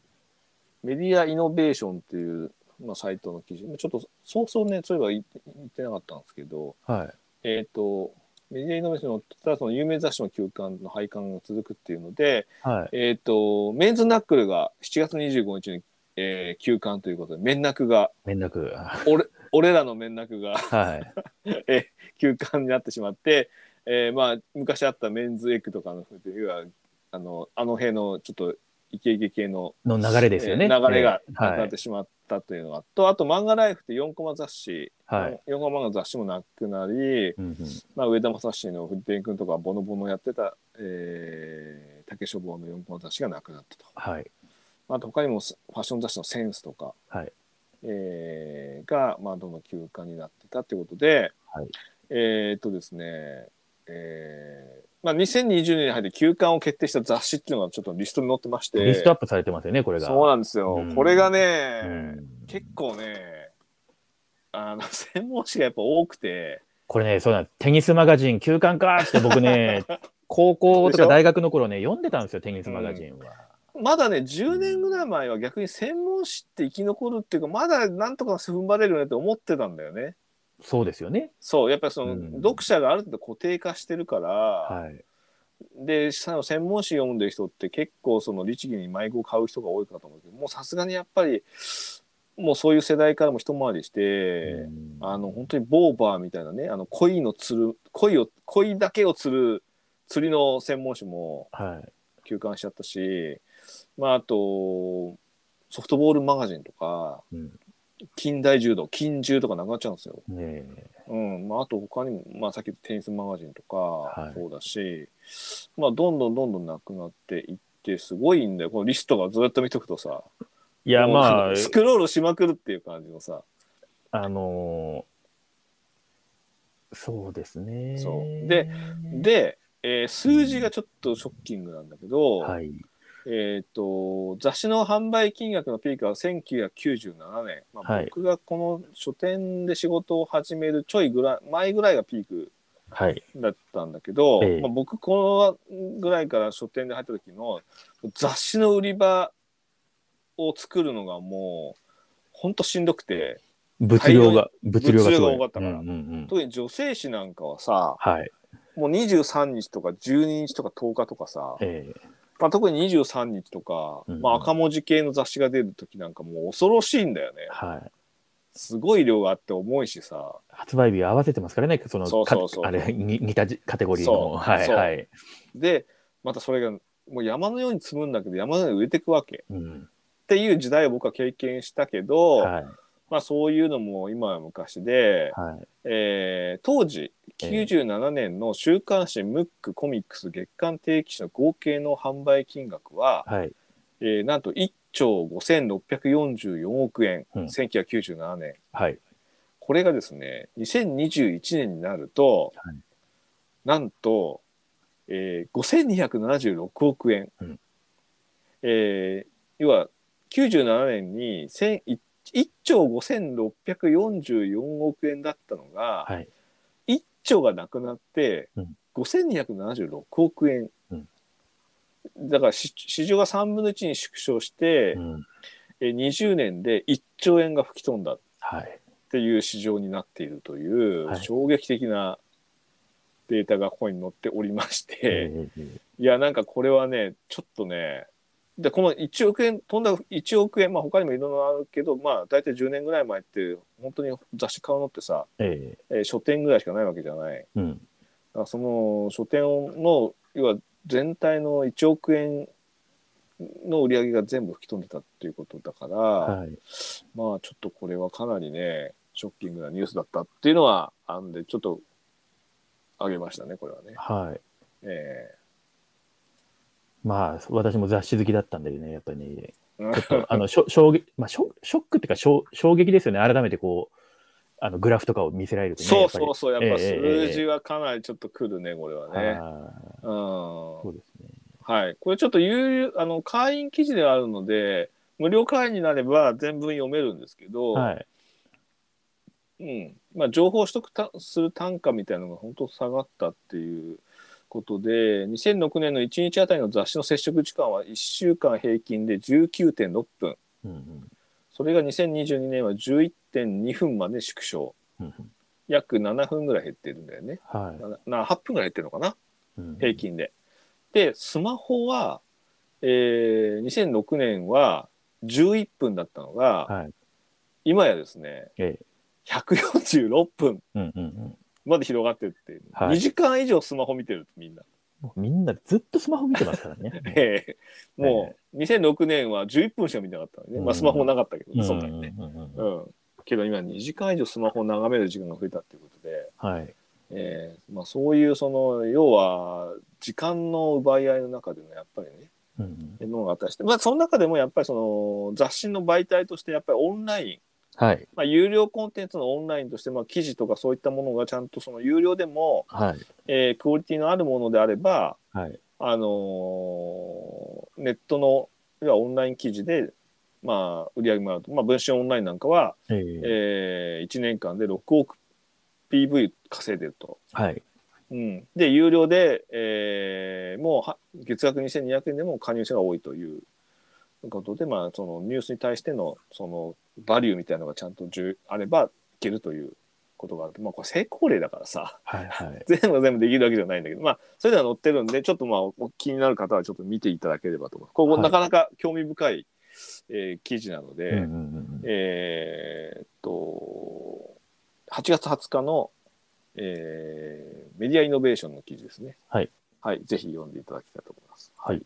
メディアイノベーションっていう、まあ、サイトの記事、ちょっとそうそうね、そういえば言って言ってなかったんですけど、はい、えっ、と、メディアイノベーションの、ただその有名雑誌の休刊の廃刊が続くっていうので、はい、えっ、と、メンズナックルが7月25日に、えー休刊ということで、面ナクが、連絡、は俺俺らの面ナクがい、えー休刊になってしまって、えーまあ、昔あったメンズエッグとかの要はあのあの辺のちょっとイケイケ系の、の流れですよね。えー流れがええなくはなっいて、しまったというのが、とあと漫画ライフって4コマ雑誌、はい、 4コマ漫画雑誌もなくなり、うんうんまあ、上田正史の藤天君とかボノボノやってた、えー、竹書房の4コマ雑誌がなくなったと。はい、あと他にもファッション雑誌のセンスとか、はいえーが、まあ、どんどん休刊になってたってことで、はいえーっとですね、えーまあ、2020年に入って休刊を決定した雑誌っていうのがちょっとリストに載ってまして、リストアップされてますよね、これが。そうなんですよ、うんこれがうね、ん結構ねあの 専門誌がやっぱ多くてこれね、そうなんです。テニスマガジン休刊かーって 僕ね、高校とか大学の頃ね、読んでたんですよ、テニスマガジンは。まだね10年ぐらい前は逆に専門誌って生き残るっていうかまだなんとか踏ん張れるよねって思ってたんだよね。そうですよね。そうやっぱりその、うん読者がある程度固定化してるから、はい。でさ専門誌読んでる人って結構その律儀に迷子を買う人が多いかと思うけどもうさすがにやっぱりもうそういう世代からも一回りして、うんあの本当にボーバーみたいなねあの鯉の釣る鯉を鯉だけを釣る釣りの専門誌もはい。休刊しちゃったし、まあ、あとソフトボールマガジンとかうん近代柔道近柔とかなくなっちゃうんですよ。ねうんまあ、あと他にも、まあ、さっき言ったテニスマガジンとはかいそうだし、まあ、どんどんどんどんなくなっていってすごいんだよこのリストがずっと見とくとさえ。いや、もうまスクロールしまくるっていう感じのさあ、あのーそうですね。そうで、で、えー数字がちょっとショッキングなんだけど、はい。えー、と雑誌の販売金額のピークは1997年、まあはい僕がこの書店で仕事を始めるちょいぐらい前ぐらいがピークはい。だったんだけど、ええまあ、僕このぐらいから書店で入った時の雑誌の売り場を作るのがもうほんとしんどくて物量が、大量物に量がす物ご量い。が多かったからうんうんうん特に女性誌なんかはさはい。もう23日とか12日とか10日とかさ、ええまあ、特に23日とか、うんうんまあ、赤文字系の雑誌が出る時なんかもう恐ろしいんだよねはい。すごい量があって重いしさ発売日合わせてますからね、その、そうそうそうかあれ、に似たじカテゴリーそうの。はいそうはい。でまたそれがもう山のように積むんだけど山のように売れてくわけっうん。ていう時代を僕は経験したけど、はい。まあ、そういうのも今は昔で、はい。えー当時97年の週刊誌「ムックコミックス月刊定期誌」の合計の販売金額は、はい。えーなんと1兆5644億円、うん1997年はい。これがですね2021年になると、はいなんと、えー、5276億円、うんえー要は97年に千い1兆5644億円だったのが、はい。 1兆がなくなって、うん5276億円、うんだから市市場が3分の1に縮小して、うん。えー20年で1兆円が吹き飛んだはい。っていう市場になっているというはい衝撃的なデータがここに載っておりまして、ええいやなんかこれはねちょっとねでこの1億円飛んだ1億円まあ他にもいろいろあるけどまあ大体10年ぐらい前って本当に雑誌買うのってさ、えええー書店ぐらいしかないわけじゃないだかうん。らその書店の要は全体の1億円の売り上げが全部吹き飛んでたっていうことだから、はい。まあちょっとこれはかなりね、ショッキングなニュースだったっていうのはあんで、ちょっと上げましたね、これはね。はい。えまあ、私も雑誌好きだったんだよね、やっぱりね。えちょっと、あの、しょ衝撃、まあ、ショショックっていうか、しょ衝撃ですよね。改めてこう、あの、グラフとかを見せられるとね。そうやっそうそう、やりっぱええええ数字はかなりちょっとくるね、これはぱりね。あうんーそうですね。はい。これちょっと有あの会員記事ではあるので、無料会員になれば全文読めるんですけど、はい。うんまあ、情報取得たする単価みたいなのが本当下がったっていうことで2006年の1日あたりの雑誌の接触時間は1週間平均で19.6分うんうんそれが2022年は11.2分まで縮小うんうん約7分ぐらい減ってるんだよねはいなな8分ぐらい減ってるのかなうん。平均で。でスマホは、えー2006年は11分だったのが、はい今やですねええ146分うんうんうん。まで広がってるっていう、はい2時間以上スマホ見てるみんな、もうみんなずっとスマホ見てますからね。 ええもう2006年は11分しか見てなかったのね、まうあ、んスマホもなかったけど、うんそんなにね、うんうんううんん、けど今2時間以上スマホを眺める時間が増えたっていうことで、はい。ええまあ、そういうその要は時間の奪い合いの中でのやっぱりねうんうんものがあったりして、まあ、その中でもやっぱりその雑誌の媒体としてやっぱりオンラインはい。まあ、有料コンテンツのオンラインとして、まあ、記事とかそういったものがちゃんとその有料でも、はい。えークオリティのあるものであれば、はい。あのーネットの要はオンライン記事で、まあ、売り上げもあると、まあ、文春オンラインなんかは、えええ1年間で6億 PV 稼いでると。はい。うん、で有料で、えーもうは月額2200円でも加入者が多いということで、まあ、そのニュースに対してのそのバリューみたいなのがちゃんとじゅあればいけるということがあるとまあこれ成功例だからさはいはい。 全部が全部できるわけじゃないんだけどまあそれでは載ってるんでちょっとまあお気になる方はちょっと見ていただければと思います。ここ、はいなかなか興味深い、えー記事なので、うんうんうんうんえーっと8月20日の、えーメディアイノベーションの記事ですね。はい、はい、ぜひ読んでいただきたいと思います。はい。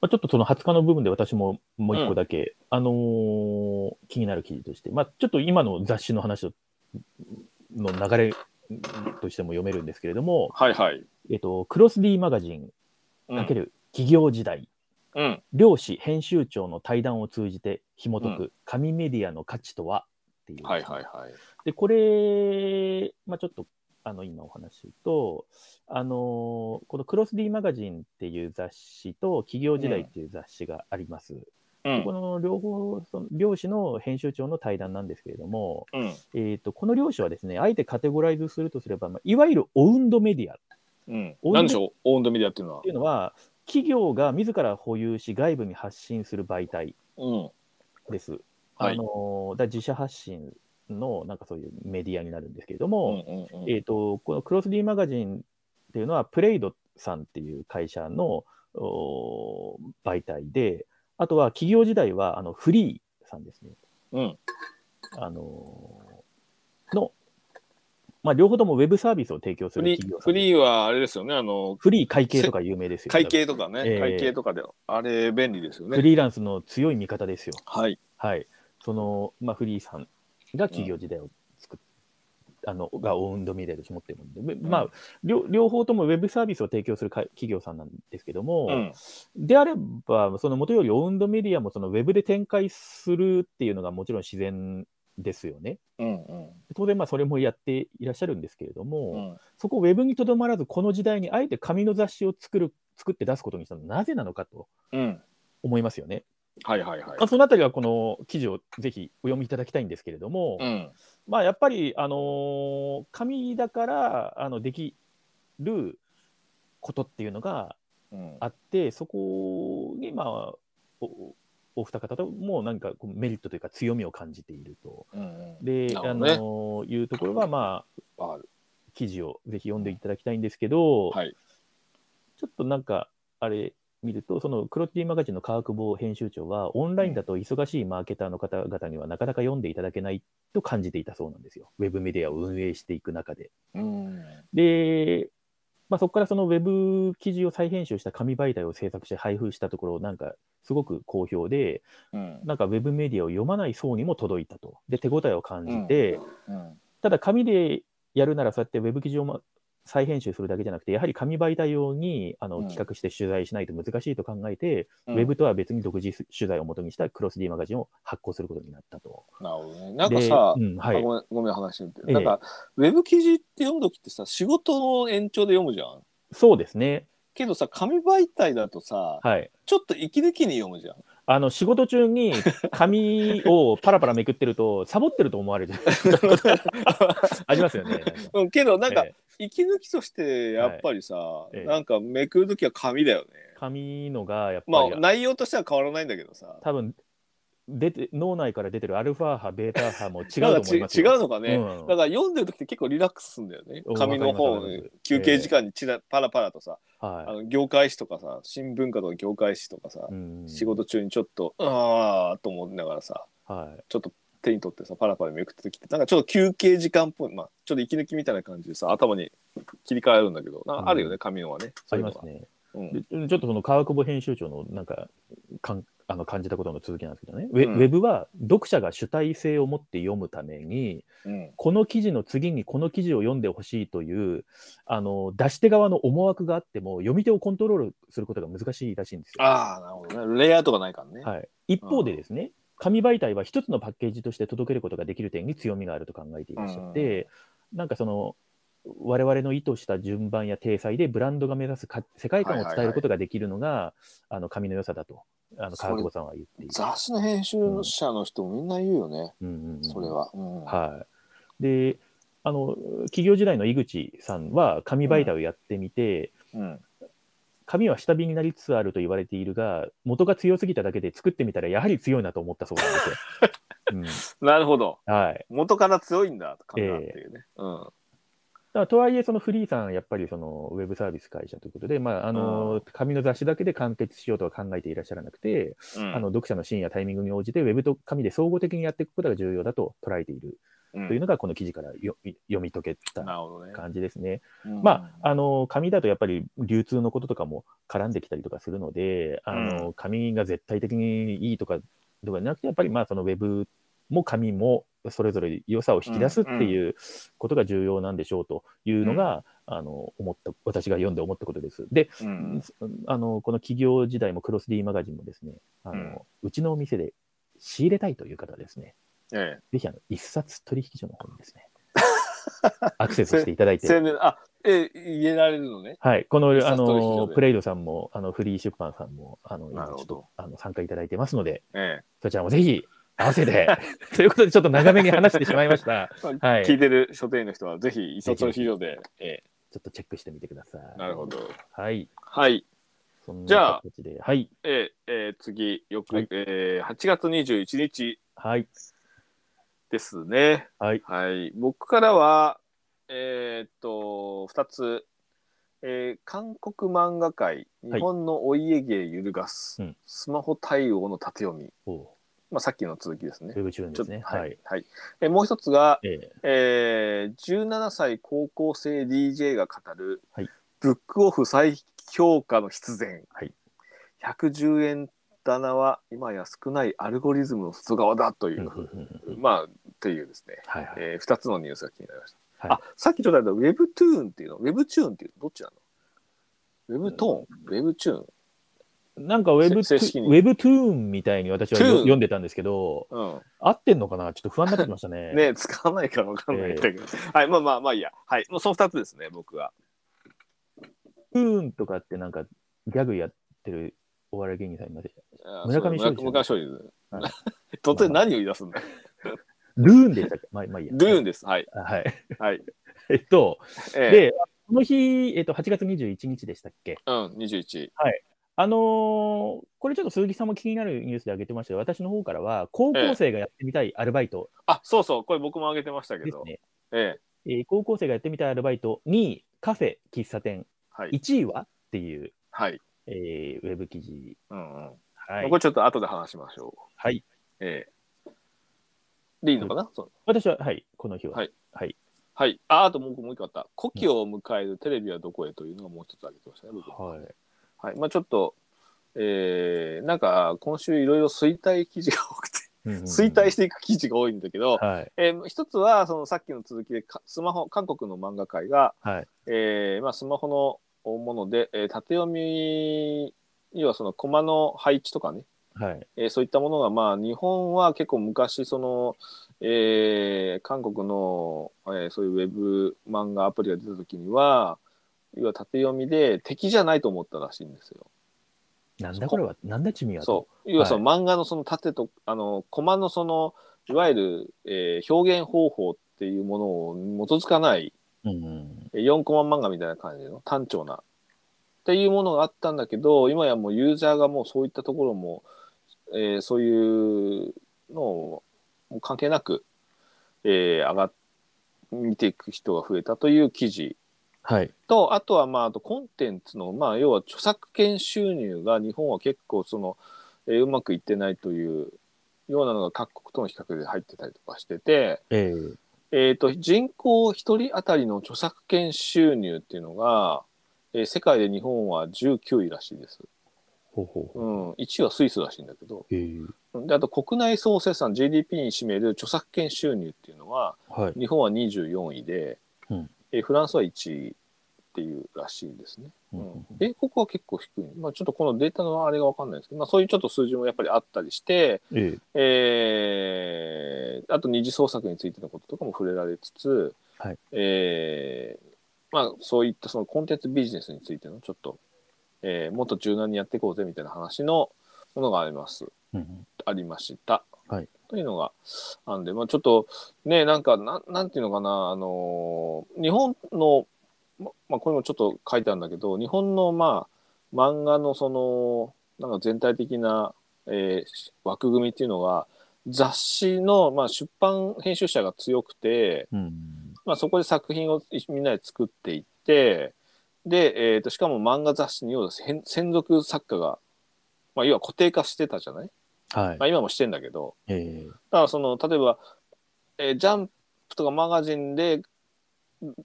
まあ、ちょっとその20日の部分で私ももう一個だけ、あのー気になる記事として、まあ、ちょっと今の雑誌の話との流れとしても読めるんですけれども、はいはい。えっと、クロス D マガジンうんかける企業時代、うん、漁師編集長の対談を通じて紐解く紙メディアの価値とはっていう、はいはいはい。で、これ、まあ、ちょっと、あの、今お話しすると、あのーこのクロス D マガジンっていう雑誌と、企業時代っていう雑誌があります。うんこの両方、その漁師の編集長の対談なんですけれども、うんえっ、と、この漁師はですね、あえてカテゴライズするとすれば、まあ、いわゆるオウンドメディアっうん、オウンドなんでしょう、オウンドメディアっていうのはてい。うのは、企業が自ら保有し、外部に発信する媒体うん、です。はいあのーだ自社発信の、なんかそういうメディアになるんですけれどうも、んうんうんえー、とこのクロス D マガジンっていうのは、プレイドさんっていう会社のおー媒体で、あとは企業時代はあのフリーさんですね、うんあのーの、まあ、両方ともウェブサービスを提供すフるリ企業ーさフんですリーはあれですよね、あのフリー会計とか有名ですよね会計とかね、ええ会計とかで、あれ便利ですよフね。リーランスの強い味方ですよ。はい、はい。その、まあ、フリーさんが企業時代を作っ、あの、がオウンドミレーとして持ってるんで、んまあ、両両方ともウェブサービスを提供するか企業さんなんですけども、うん、であれば、その元よりオウンドメディアもそのウェブで展開するっていうのがもちろん自然ですよね。うん、うん当然、まあ、それもやっていらっしゃるんですけれども、うん、そこをウェブにとどまらず、この時代にあえて紙の雑誌を作る、作って出すことにしたのはなぜなのかとうん、思いますよね。はいはいはいまあ、。そのあたりはこの記事をぜひお読みいただきたいんですけれども、うん、まあ、やっぱり、あのー紙だからあのできることっていうのがうん、あって、そこに、まあ、おお二方とも何かこうメリットというか強みを感じていると。うん、うんで、なるあほどねのーいうところは、まあ、わかる記事をぜひ読んでいただきたいんですけど、はいちょっとなんか、あれ見ると、そのクロッティマガジンの科学部編集長は、オンラインだと忙しいマーケターの方々にはなかなか読んでいただけないと感じていたそうなんですよ。ウェブメディアを運営していく中で。うん、で、まあ、そこからそのウェブ記事を再編集した紙媒体を制作して配布したところ、なんかすごく好評で、うん、なんかウェブメディアを読まない層にも届いたと。で、手応えを感じて、うん、ただ紙でやるならそうやってウェブ記事をま再編集するだけじゃなくて、やはり紙媒体用にあうのん企画して取材しないと難しいと考えて、うんウェブとは別に独自取材を元にしたクロス D マガジンを発行することになったと。なるほどね。なんかでさう、んはあい、ごめん、ごめん、話してみて。ええなんか、ウェブ記事って読むときってさ、仕事の延長で読むじゃん。そうですね。けどさ、紙媒体だとさ、はい。ちょっと息抜きに読むじゃん。あの仕事中に紙をパラパラめくってると、 サボってると思われるありますよね。なんかうん、けど、なんか、ええ息抜きとして、やっぱりさ、ええなんか、めくるときは紙だよね。紙のがやっまぱあ、り、内容としては変わらないんだけどさ。多分出て脳内から出てるアルファ波、ベータ波も違うとな思んかちいます違よ。うのかね。うんだから、読んでるときって結構リラックスするんだよねう。ん紙のわ方かりますわかりま、す休憩時間にちら、パラパラとさ、あはの業界誌とかさ、新聞課とか業界誌とかさい。う、ん仕事中にちょっと、ああと思いながらさ、はい。ちょっと手に取ってさ、パラパラめくった時って、なんかちょっと休憩時間っぽい、まあ、ちょっと息抜きみたいな感じでさ、頭に切り替えるんだけど、なんかあるよね、紙のはね。あそういうのりまがすね。うんでちょっとその川久保編集長のなんかかんあの感じたことの続きなんですけどね、ウェうんウェブは読者が主体性を持って読むために、うんこの記事の次にこの記事を読んでほしいというあの出し手側の思惑があっても読み手をコントロールすることが難しいらしいんですよ。ああ、なるほどね。レイアウトがないからね。はい、一方でですね紙媒体は一つのパッケージとして届けることができる点に強みがあると考えていらっしゃって、なんかその我々の意図した順番や体裁でブランドが目指すか世界観を伝えることができるのが、あの紙の良さだとあの川久保さんは言っている。雑誌の編集者の人もみんな言うよね、うんうんうんそれは。うんはい、であの企業時代の井口さんは紙媒体をやってみて、うん紙は下火になりつつあると言われているが元が強すぎただけで作ってみたらやはり強いなと思ったそうなんですよ。うんなるほど。はい。元から強いんだ、かなっていうね。うん。だからとはいえ、そのフリーさん、やっぱりそのウェブサービス会社ということで、まあ、あうの、紙の雑誌だけで完結しようとは考えていらっしゃらなくて、うんあの、読者のシーンやタイミングに応じて、ウェブと紙で総合的にやっていくことが重要だと捉えているうんというのが、この記事からよ読み解けなたるほどね。感じですね。うんまあ、あの、紙だとやっぱり流通のこととかも絡んできたりとかするので、あの、紙が絶対的にいいとか、とかじゃなくて、やっぱりまあ、そのウェブも紙も、それぞれ良さを引き出すっていうことが重要なんでしょうというのが、あの、思った、私が読んで思ったことです。で、うんあの、この企業時代もクロス D マガジンもですね、あの、ううんちのお店で仕入れたいという方はですね、えぜひあの、一冊取引所の方に ですね、アクセスしていただいえ。て、宣伝、あ、ええ、入れられるのね。はい、この一冊あ取引所のでプレイドさんもあのフリー出版さんもあのなる今ちょほっどとあの参加いただいてますので、えそちらもぜひ合わせて ということでちょっと長めに話してしまいました。え。まあはい、ち聞ょいてる書店員の人はぜひ一冊の資料で、えっとチェックしてみてくださえい。なるほ。ど。はい、はい。そんじゃあな形で、はい、ええええ次、よく、はいええ8月21日はい、ですね。はい、はい。僕からは、えーっと、2つ。えー韓国漫画界、日本のお家芸揺るがす、うんスマホ対応の縦読み。おまあ、さっきの続きですねウ。ェブ中ちょでっすとね。ははいい、、はいえもう一つが、ええー、17歳高校生 DJ が語る、はいブックオフ再評価の必然、はい110円棚は今や少ないアルゴリズムの外側だといーうんうう、んうんうんまあっていうですね、はいはいえー、2つのニュースが気になりました、はいあさっきちょっとあったウェブトゥーンっていうのウェブチューンっていうのどっちなのウェブトーン、ウェブチューンなんかウェブせト正式ゥにウェブトゥーンみたいに私はよトゥーン読んでたんですけど、うん合ってんのかなちょっと不安になってきましたね。 ね使わないから分かんないんだけど、はいまあまあまあいいやはいもうその2つですね僕はトゥーンとかってなんかギャグやってるお笑い芸人さんいませんあ村上そう正治村上正治は 突然何を言い出すんだルーンでしたっけまあ、まあいいや。ドゥーンン。です。はい。はい。はい。 えっと、ええで、この日、えっと、8月21日でしたっけうん、21。あのーこれちょっと鈴木さんも気になるニュースで挙げてましたが、私の方からは、高校生がやってみたいアルバイトあ、そうそう、これ僕も挙げてましたけですど。ね。えええー高校生がやってみたいアルバイト2位、カフェ、喫茶店、はい。 1位はっていう、はい。えーウェブ記事。うんうん。はいこ。れちょっと後で話しましょう。はい、ええでいいのかな、そう私は、はい、この日は。ははいい。はい。あ、あともう一個もう一個あった。古希を迎えるテレビはどこへというのがもう一つ挙げてましたね、僕。はい。まあちょっと、ええなんか今週いろいろ衰退記事が多くて、うんうんうん衰退していく記事が多いんだけど、はい。えー一つはそのさっきの続きでかスマホ韓国の漫画界が、はいえーまあ、スマホのもので、えー縦読み要はそのコマの配置とかね、はい。えーそういったものが、まあ、日本は結構昔その、えー韓国の、えーそういうウェブ漫画アプリが出た時には要は縦読みで敵じゃないと思ったらしいんですよ。なんだこれは、なんだチミはと。そう。要はその漫画のその縦と、あの、コマのその、いわゆる、えー表現方法っていうものを基づかない、うんうん。えー4コマ漫画みたいな感じの単調な、っていうものがあったんだけど、今やもうユーザーがもうそういったところも、えーそういうのをもう関係なく、えー上がっ、見ていく人が増えたという記事はい。と、あとはまあ、あとコンテンツの、まあ、要は著作権収入が日本は結構その、えーうまくいってないというようなのが各国との比較で入ってたりとかしてて、えええっ、と、人口一人当たりの著作権収入っていうのが、えー世界で日本は19位らしいです。ほうほうほう。うん、1位はスイスらしいんだけど、ええうんであと国内総生産 GDP に占める著作権収入っていうのは、はい。日本は24位で、うんえーフランスは1位っていうらしいですね。うん米国は結構低い、まあ、ちょっとこのデータのあれが分かんないですけど、まあ、そういうちょっと数字もやっぱりあったりして、えええーあと二次創作についてのこととかも触れられつつ、はいえーまあ、そういったそのコンテンツビジネスについてのちょっと、えーもっと柔軟にやっていこうぜみたいな話のものがあります。うんありました。はいというのがあんで、まあ、ちょっとねなんかなんなんていうのかな、あのー日本の、ままあ、これもちょっと書いてあるんだけど日本の、まあ、漫画のそのなんか全体的な、えーし枠組みっていうのが雑誌の、まあ、出版編集者が強くて、うん。まあ、そこで作品を一みんなで作っていってで、えー、としかも漫画雑誌に要は専専属作家が、まあ、要は固定化してたじゃない、はいま。あ、今もしてんだけどえだからその例えば、えージャンプとかマガジンで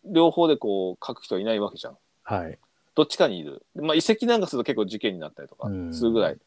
両方でこう書く人はいないわけじゃん。ーはい。どっちかにいる。まあ、移籍なんかすると結構事件になったりとかうんするぐらい。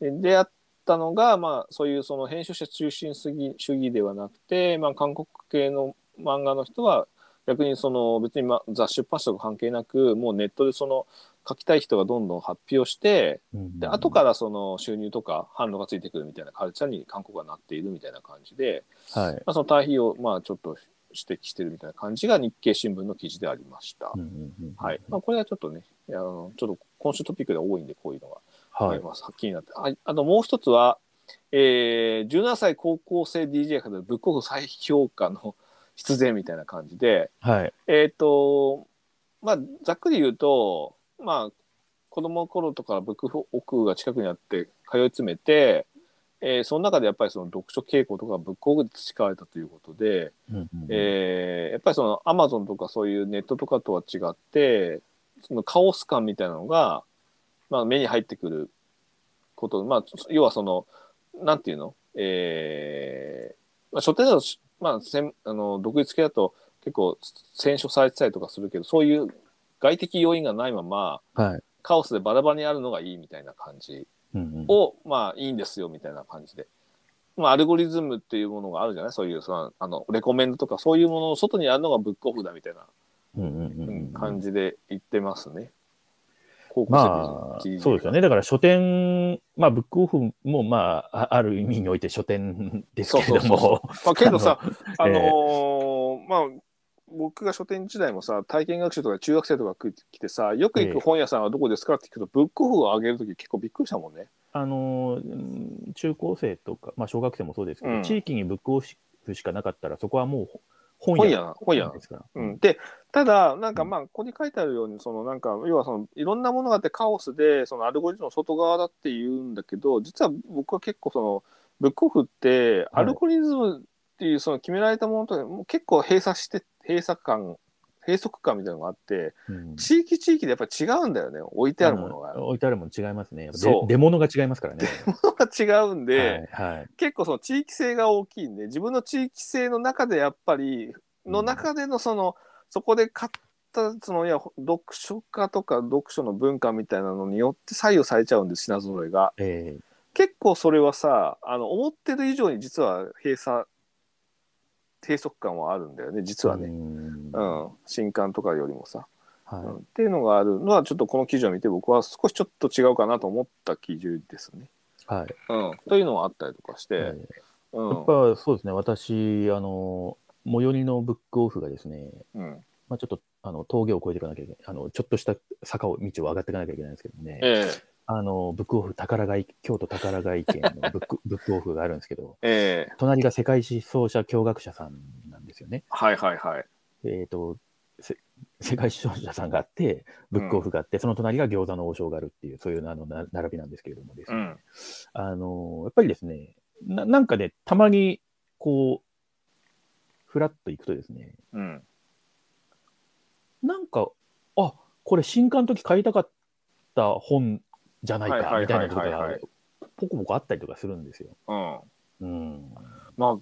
で出会ったのが、まあ、そういうその編集者中心主義主義ではなくて、まあ、韓国系の漫画の人は逆にその別に、ま、雑誌出版社とか関係なくもうネットでその書きたい人がどんどん発表してでで後からその収入とか販路がついてくるみたいなカルチャーに韓国はなっているみたいな感じで、ら。はい。まあ、その対比をまあちょっと指摘してるみたいな感じが日経新聞の記事でありました。うんうんうんはい。まあ、これはちょっとね、あのちょっと今週トピックで多いんで、こういうのがあはいり。ます。はっきりなって。ああともう一つは、えー、17歳高校生 DJ からブックオフ再評価の出現みたいな感じで、はい。えっ、と、まあ、ざっくり言うと、まあ、子供の頃とかブックオフが近くにあって通い詰めて、えーその中でやっぱりその読書傾向とかブックオフで培われたということで、うんうんえーやっぱりそのアマゾンとかそういうネットとかとは違ってそのカオス感みたいなのが、まあ、目に入ってくること、まあ、要はそのなんていうの、えーまあ、書店だと、まあ、せんあの独立系だと結構選書されてたりとかするけどそういう外的要因がないままはい。カオスでバラバラにあるのがいいみたいな感じうんうんを、まあいいんですよみたいな感じで。まあ、アルゴリズムっていうものがあるじゃないそういうそのあのレコメンドとかそういうものの外にあるのがブックオフだみたいなうんうんううんうんん感じで言ってますね。高校生まあ、そうですよね。ね。だから書店、まあ、ブックオフも、まあ、 あある意味において書店ですけれどそうも、まあ、けどさ、あ あののーまあ僕が書店時代もさ体験学習とか中学生とか来てさよく行く本屋さんはどこですかって聞くとブックオフを上げるとき結構びっくりしたもんね。 あのうん中高生とか、まあ、小学生もそうですけど、うん地域にブックオフしかなかったら、そこはもう本本屋屋な本屋なですから。うん、でただなんかまあここに書いてあるようにそのなんか要はそのいろんなものがあってカオスでそのアルゴリズムの外側だって言うんだけど実は僕は結構そのブックオフってはいアルゴリズムっていうその決められたものともう結構閉鎖して閉鎖感閉塞感みたいなのがあってうん地域地域でやっぱり違うんだよね置いてあるものあが。置いてあるもの違いますね。やっぱそう出出物が違いますからね。 違うんで、はいはい結構その地域性が大きいんで自分の地域性の中でやっぱりの中でのその、そこで買ったそのいや読書家とか読書の文化みたいなのによって左右されちゃうんです品揃えがえ結構それはさあの思ってる以上に実は閉鎖低速感はあるんだよねー実はね、うんうはん新刊とかよりもさ、ういんっていうのがあるのはちょっとこの記事を見て僕は少しちょっと違うかなと思った記事ですね、はいうん、というのがあったりとかして、えうーんやっぱそうですね、私、あの、最寄りのブックオフがですね、うん、まあ、ちょっとあの峠を越えていかなきゃいけないあの、ちょっとした坂を道を上がっていかなきゃいけないんですけどね、ええあのブックオフ宝がい京都宝が池のブック ブックオフがあるんですけど、ええ隣が世界思想者教学者さんなんですよね。はいはいはい。えー、とせ世界思想者さんがあって、ブックオフがあって、その隣が餃子の王将があるっていう、そういうあのな並びなんですけれどもですね、ん。あのやっぱりですねな、なんかね、たまにこう、ふらっと行くとですね、うん。なんか、あこれ新刊の時買いたかった本じゃないはいかはいみたいはいはいなことはがいポコポコあったりとかするんですよ。うん。うん、まあ、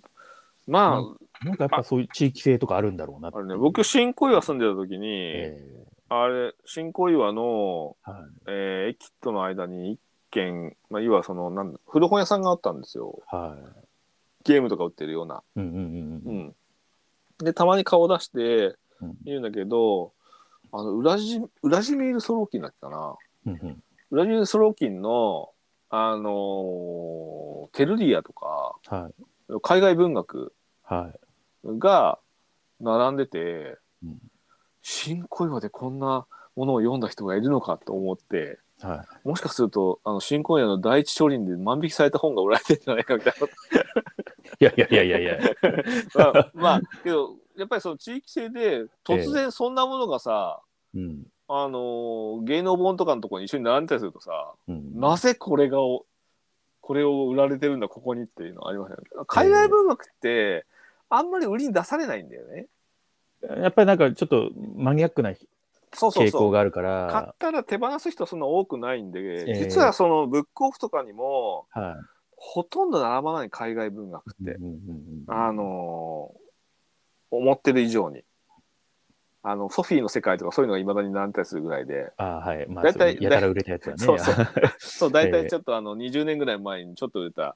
まあ、うなんかやっぱそういう地域性とかあるんだろうなってあいれね、う僕、、新小岩住んでた時に、えあれ、新小岩の、ーはいえー、駅との間に一軒、まあ、いわその、なんだ古本屋さんがあったんですよ。はいゲームとか売ってるような。うんうんうんううんん。で、たまに顔出してうんいるんだけど、あの、ウラジ、ウラジミール・ソローキンだっけかな。うんうんウラジミール・ソローキンの、あのーテルリアとか、はい海外文学、はいが並んでて、うん新小岩でこんなものを読んだ人がいるのかと思ってはもしかするとあの新小岩の第一書林で万引きされた本が売られてるんじゃないかみたいい。いやいやいやいやいや。な まあまあけどやっぱりその地域性で突然そんなものがさ、うんあのー芸能本とかのところに一緒に並んでたりするとさうん、なぜこれがおこれを売られてるんだここにっていうのはありますよね海外文学ってあんまり売りに出されないんだよね、やっぱりなんかちょっとマニアックなそうそう傾そ向うがあるか買っら、たら手放す人そんな多くないんで、ええ実はそのブックオフとかにもはほとんど並ばない海外文学っい。て、うんうんうんあのー思ってる以上にあのソフィーの世界とかそういうのがいまだに並んでたりするぐらいであはい。まあ、大それ体やたら売れたやつだ ね。そうそうそう大ええ体ちょっとあの20年ぐらい前にちょっと売れた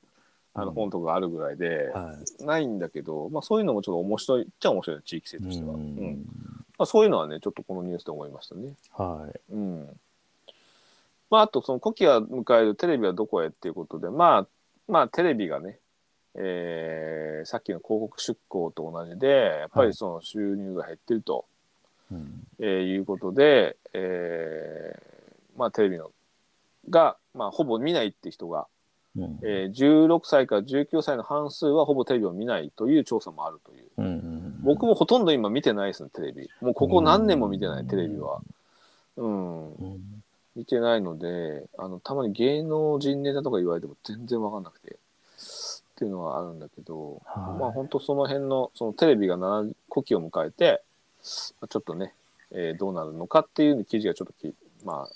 あのうん本とかがあるぐらいで、はいないんだけど、まあ、そういうのもちょっと面白いっちゃ面白い地域性うとしては、うんんまあ、そういうのはねちょっとこのニュースで思いましたね。はい。うんまあ、あとその古希が迎えるテレビはどこへっていうことでまあまあテレビがね、えーさっきの広告出向と同じでやっぱりその収入が減ってると、うんえーいうことで、えーまあ、テレビのが、まあ、ほぼ見ないって人が、うんえー16歳から19歳の半数はほぼテレビを見ないという調査もあるといううんうん僕もほとんど今見てないですねテレビもうここ何年も見てなういんテレビはうんうん見てないのであのたまに芸能人ネタとか言われても全然わかんなくてっていうのはあるんだけど、はいまあ本当その辺のそのテレビが7古希を迎えてまあちょっとね、えーどうなるのかっていう記事がちょっときま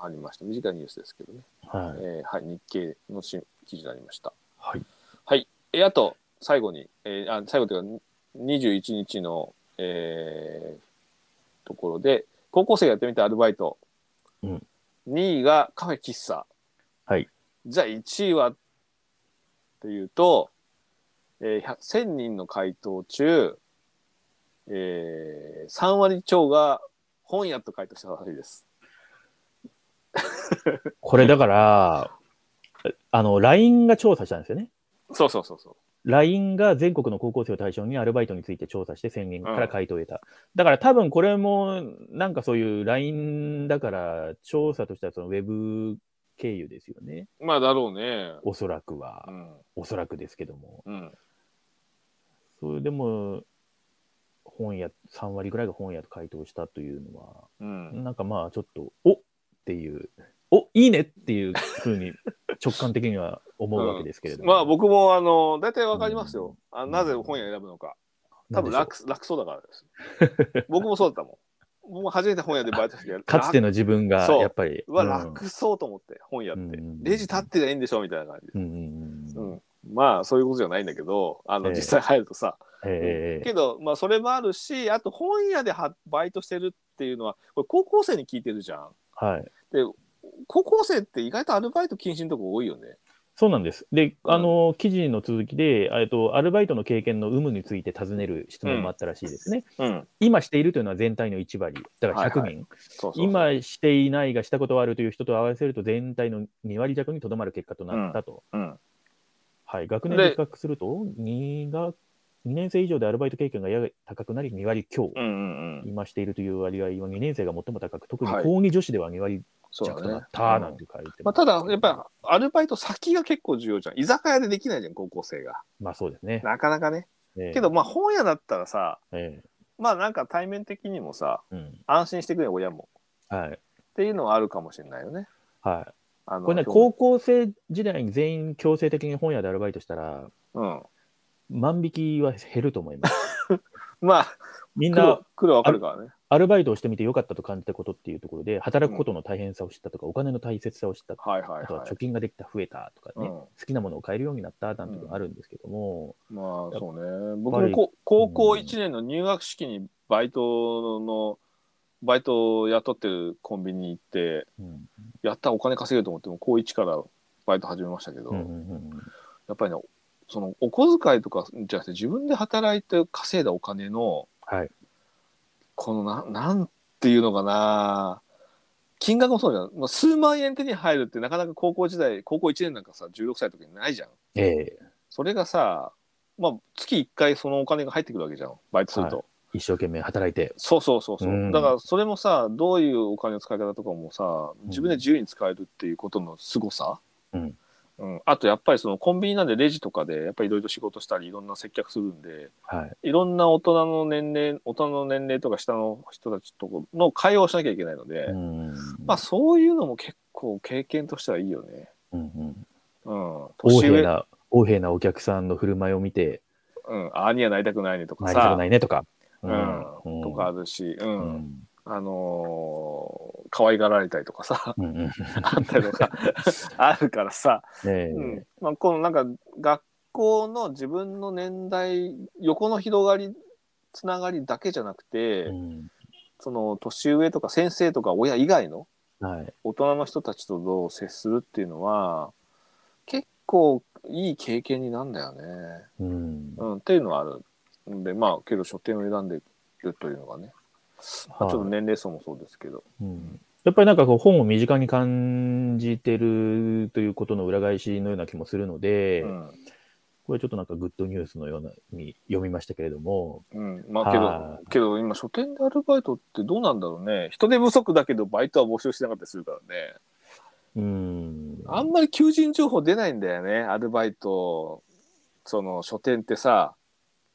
あありました短いニュースですけどね、はい。えーはい、日経のし記事になりましたはい。はいえーあと最後に、えーあ最後というか21日の、えーところで高校生がやってみたアルバイト、うん2位がカフェ喫茶はい。じゃあ1位はっていうと、えー、100 1000人の回答中、えー、3割超が本屋と回答したらしいです。これだから、あの、LINE が調査したんですよね。そうそうそうそ LINE が全国の高校生を対象にアルバイトについて調査して宣言から回答を得た。だから多分これも、なんかそういう LINE だから、調査としてはそのウェブ経由ですよね。う。まあだろうね。おそらくはう。ん。おそらくですけども。うん。それでも、本屋、3割ぐらいが本屋と回答したというのは、うん。なんかまあちょっと、おっていう、おいいねっていう ふうに直感的には思うわけですけれども。まあ僕もあの、大体わかりますよ。あなぜ本屋選ぶのか。多分なんでし楽ょ楽そうだからです。 僕もそうだったもん。僕も初めて本屋でバイトしてやるう。かつての。の自分が、そうやっぱり。うわ、ん楽そうと思って、本屋ってうんうんうん。レジ立ってりゃいいんでしょみたいな感じでう。んうんううん。ん、まあそういうことじゃないんだけどあのええ実際入るとさ、ええけどまあそれもあるしあと本屋ではバイトしてるっていうのはこれ高校生に聞いてるじゃんはい。高校生って意外とアルバイト禁止のとこ多いよねそうなんです。で、うんあの、記事の続きで、えっと、アルバイトの経験の有無について尋ねる質問もあったらしいですね。うん今しているというのは全体の1割、だから100人。はいそうそうそう今していないがしたことはあるという人と合わせると全体の2割弱にとどまる結果となったと。うんはい、学年でで比較すると2が、2年生以上でアルバイト経験がやや高くなり2割強、うんうんうん今しているという割合は2年生が最も高く、特にはい講義女子では2割そう弱とだなねったなんて書いてまあ、ただやっぱりアルバイト先が結構重要じゃん居酒屋でできないじゃん高校生がまあそうですね。なかなかねええけど、まあ本屋だったらさえまあなんか対面的にもさえうん安心してくれよ親もはいっていうのはあるかもしれないよねはい、あのこれね、高校生時代に全員強制的に本屋でアルバイトしたら、うん万引きは減ると思います。まあみんな黒黒わかるからねアルバイトをしてみてよかったと感じたことっていうところで、働くことの大変さを知ったとか、お金の大切さを知ったとか、はいはいあとははい貯金ができた、増えたとかね、うん好きなものを買えるようになったなんていうのがあるんですけども、まあやっそうね僕ぱもりこ高校1年の入学式にバイトのバイトを雇ってるコンビニに行ってうんやったお金稼げると思っても高1からバイト始めましたけど、うんうんうんやっぱりねそのお小遣いとかじゃなくて自分で働いて稼いだお金のはい、このななんていうのかな金額もそうじゃん、まあ、数万円手に入るってなかなか高校時代高校1年なんかさ16歳の時にないじゃんええそれがさ、まあ、月1回そのお金が入ってくるわけじゃんバイトすると、は一生懸命働いて、そうそうそうそう、うんだからそれもさどういうお金の使い方とかもさ自分で自由に使えるっていうことの凄さ、うんうんあとやっぱりそのコンビニなんでレジとかでやっぱりいろいろ仕事したりいろんな接客するんではい、いろんな大人の年齢大人の年齢とか下の人たちとこの会話をしなきゃいけないので、うんまあそういうのも結構経験としてはいいよね。うんうんうん、横年柄上、な、横柄なお客さんの振る舞いを見て、うん、ああにはなりたくないねとかなりたさくな、いねとか。うん、とかあるし、う、うんん。あのー可愛がられたりとかさ、うんうん。ねあったりと か、あるからさ、えうんまあ、このなんか学校の自分の年代横の広がりつながりだけじゃなくて、うんその年上とか先生とか親以外のはい。大人の人たちとどう接するっていうのは結構いい経験になるんだよね、うん。うん。っていうのはあるんでまあけど書店を選んでるというのがね、まあちょっと年齢層もそうですけど。うんやっぱりなんかこう本を身近に感じてるということの裏返しのような気もするので、うんこれちょっとなんかグッドニュースのようなに読みましたけれども、うん、まあけどは、けど今書店でアルバイトってどうなんだろうね。人手不足だけどバイトは募集してなかったりするからね。うん。あんまり求人情報出ないんだよね、アルバイト。その書店ってさ、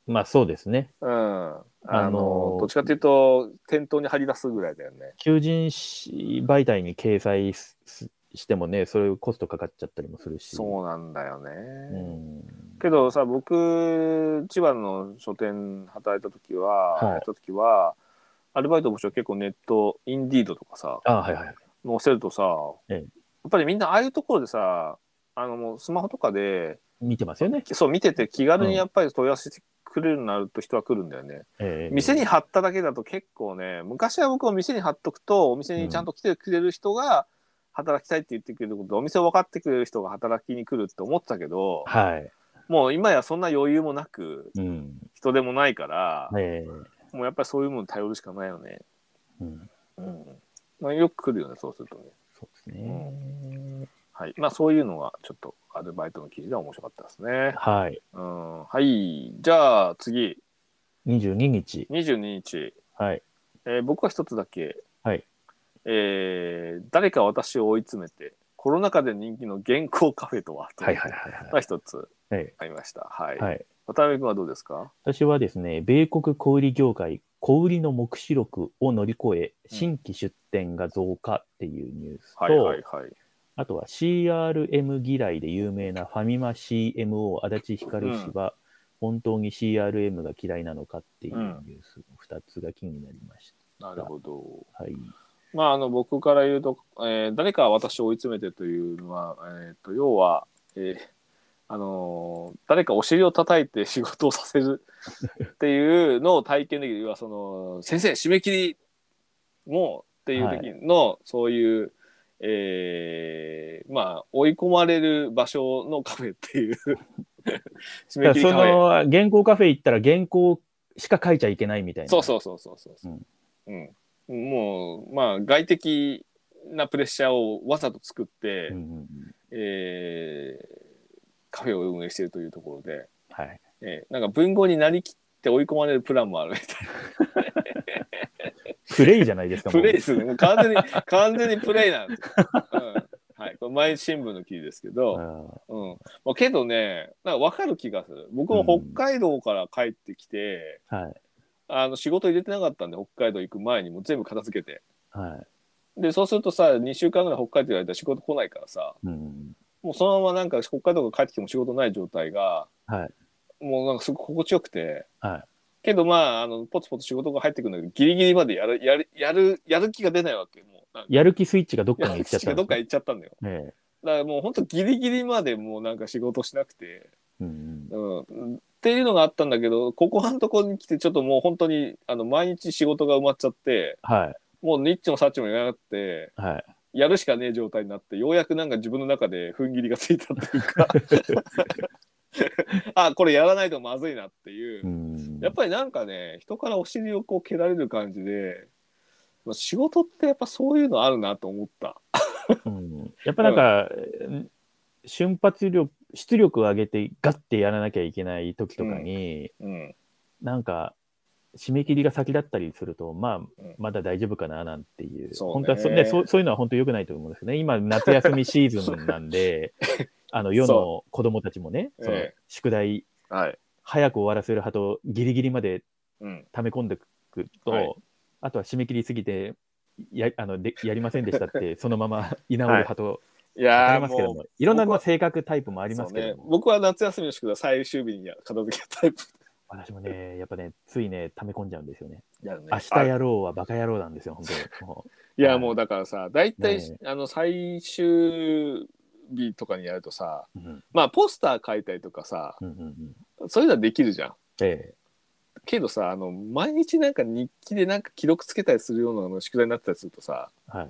まあそうですね。うん。あの、あのーどっちかっていうと、店頭に張り出すぐらいだよね。求人し媒体に掲載すしてもね、それコストかかっちゃったりもするし。そうなんだよね。うん。けどさ、僕、千葉の書店働いた時は、はいやった時は、アルバイト募集結構ネット、インディードとかさ、あはいはい。載せるとさ、ええやっぱりみんなああいうところでさあのもうスマホとかで見てますよね。そう見てて気軽にやっぱり問い合わせてくれるようになると人は来るんだよね、ええ店に貼っただけだと結構ね昔は僕は店に貼っとくとお店にちゃんと来てくれる人が働きたいって言ってくれることでお店を分かってくれる人が働きに来るって思ってたけどはい。もう今やそんな余裕もなくうん。人でもないから、ええもうやっぱりそういうものに頼るしかないよね、うん。うんまあ、よく来るよねそうするとねそうですね。はい。まあ、そういうのは、ちょっと、アルバイトの記事では面白かったですね。はい。うん。はい。じゃあ、次、 22日。 22日。はい。えー僕は一つだけ。はい。えー誰か私を追い詰めて、コロナ禍で人気の原稿カフェとはとはいいうはいはいまあ、一つはい。ありました。はい。はい。渡辺君はどうですか私はですね、米国小売業界、小売の目視録を乗り越え、うん新規出店が増加っていうニュースと、はいはいはい。あとは CRM 嫌いで有名なファミマ CMO 足立光氏は、本当に CRM が嫌いなのかっていうニュース、2つが気になりましなるほど。た。はい。まあ、あの、僕から言うと、えー誰か私を追い詰めてというのは、えっ、と、要は、えーあのー誰かお尻を叩いて仕事をさせるっていうのを体験できる、要はその、先生、締め切りもうっていう時の、そういう、えーまあ、追い込まれる場所のカフェっていう、締め切だからりそカフェ。の、原稿カフェ行ったら原稿しか書いちゃいけないみたいな。そうそうそうそうそううんうん。もう、まあ、外的なプレッシャーをわざと作って、うんうんうん。えーカフェを運営しているというところで、はい。えーなんか文豪になりきって追い込まれるプランもあるみたいプレイじゃないですか、な。もうプレイですね。もう完全に、完全にプレイなんですよ。うん。はい。これ、毎日新聞の記事ですけあど、ーうん。まあ、けどね、なんか分かる気がする。僕も北海道から帰ってきて、はい。あの、仕事入れてなかったんで、北海道行く前にもう全部片付けて。はい。で、そうするとさ、2週間ぐらい北海道やったら仕事来ないからさ、うん。もうそのままなんか北海道から帰ってきても仕事ない状態が、はい。もうなんかすごく心地よくて、はい。けどまあ、あの、ポツポツ仕事が入ってくるんだけど、ギリギリまでやる、やる、やる、やる気が出ないわけ。もう、なんかやる気スイッチがどっかにや行るっちゃっ気たがんどでっすかか行っちゃったんだよ。ええだからもう本当ギリギリまでもうなんか仕事しなくて、うんうん。っていうのがあったんだけど、ここのところに来て、ちょっともう本当に、あの、毎日仕事が埋まっちゃって、はもうニッチもサッチもいなくて、い、はい。やるしかねえ状態になって、ようやくなんか自分の中で踏ん切りがついたっていう か、あ、これやらないとまずいなっていう。 うんやっぱりなんかね、人からお尻をこう蹴られる感じで、まあ仕事ってやっぱそういうのあるなと思った。うんやっぱなんか、瞬発力、出力を上げて、ガッてやらなきゃいけない時とかに、うん。なんか、締め切りが先だったりすると、まあん、まだ大丈夫かななんていう、そうね本当はそ,、ね、そうそういうのは本当良くないと思うんですよね。今、夏休みシーズンなん で、あの世の子供たちもね、ええその宿題、はい。早く終わらせる派と、ギリギリまでうん。溜め込んでくと、はい あとは締め切りすぎてやあのでやりませんでしたって そのまま居直る派と、いわかやりーますけどもうも、いろんな僕まあは性格、タイプもありますけどそうねも、僕は夏休みの宿題最終日にや片付けたタイプ私もね、やっぱね、ついね、溜め込んじゃうんですよね。やるね明日やろうはバカ野郎なんですよ、本 当に。もういやもうだからさ大体、ねあの最終日とかにやるとさうんまあポスター書いたりとかさうんうんうんそういうのはできるじゃん。えけどさあの毎日なんか日記でなんか記録つけたりするようなあの宿題になってたりするとさえはい。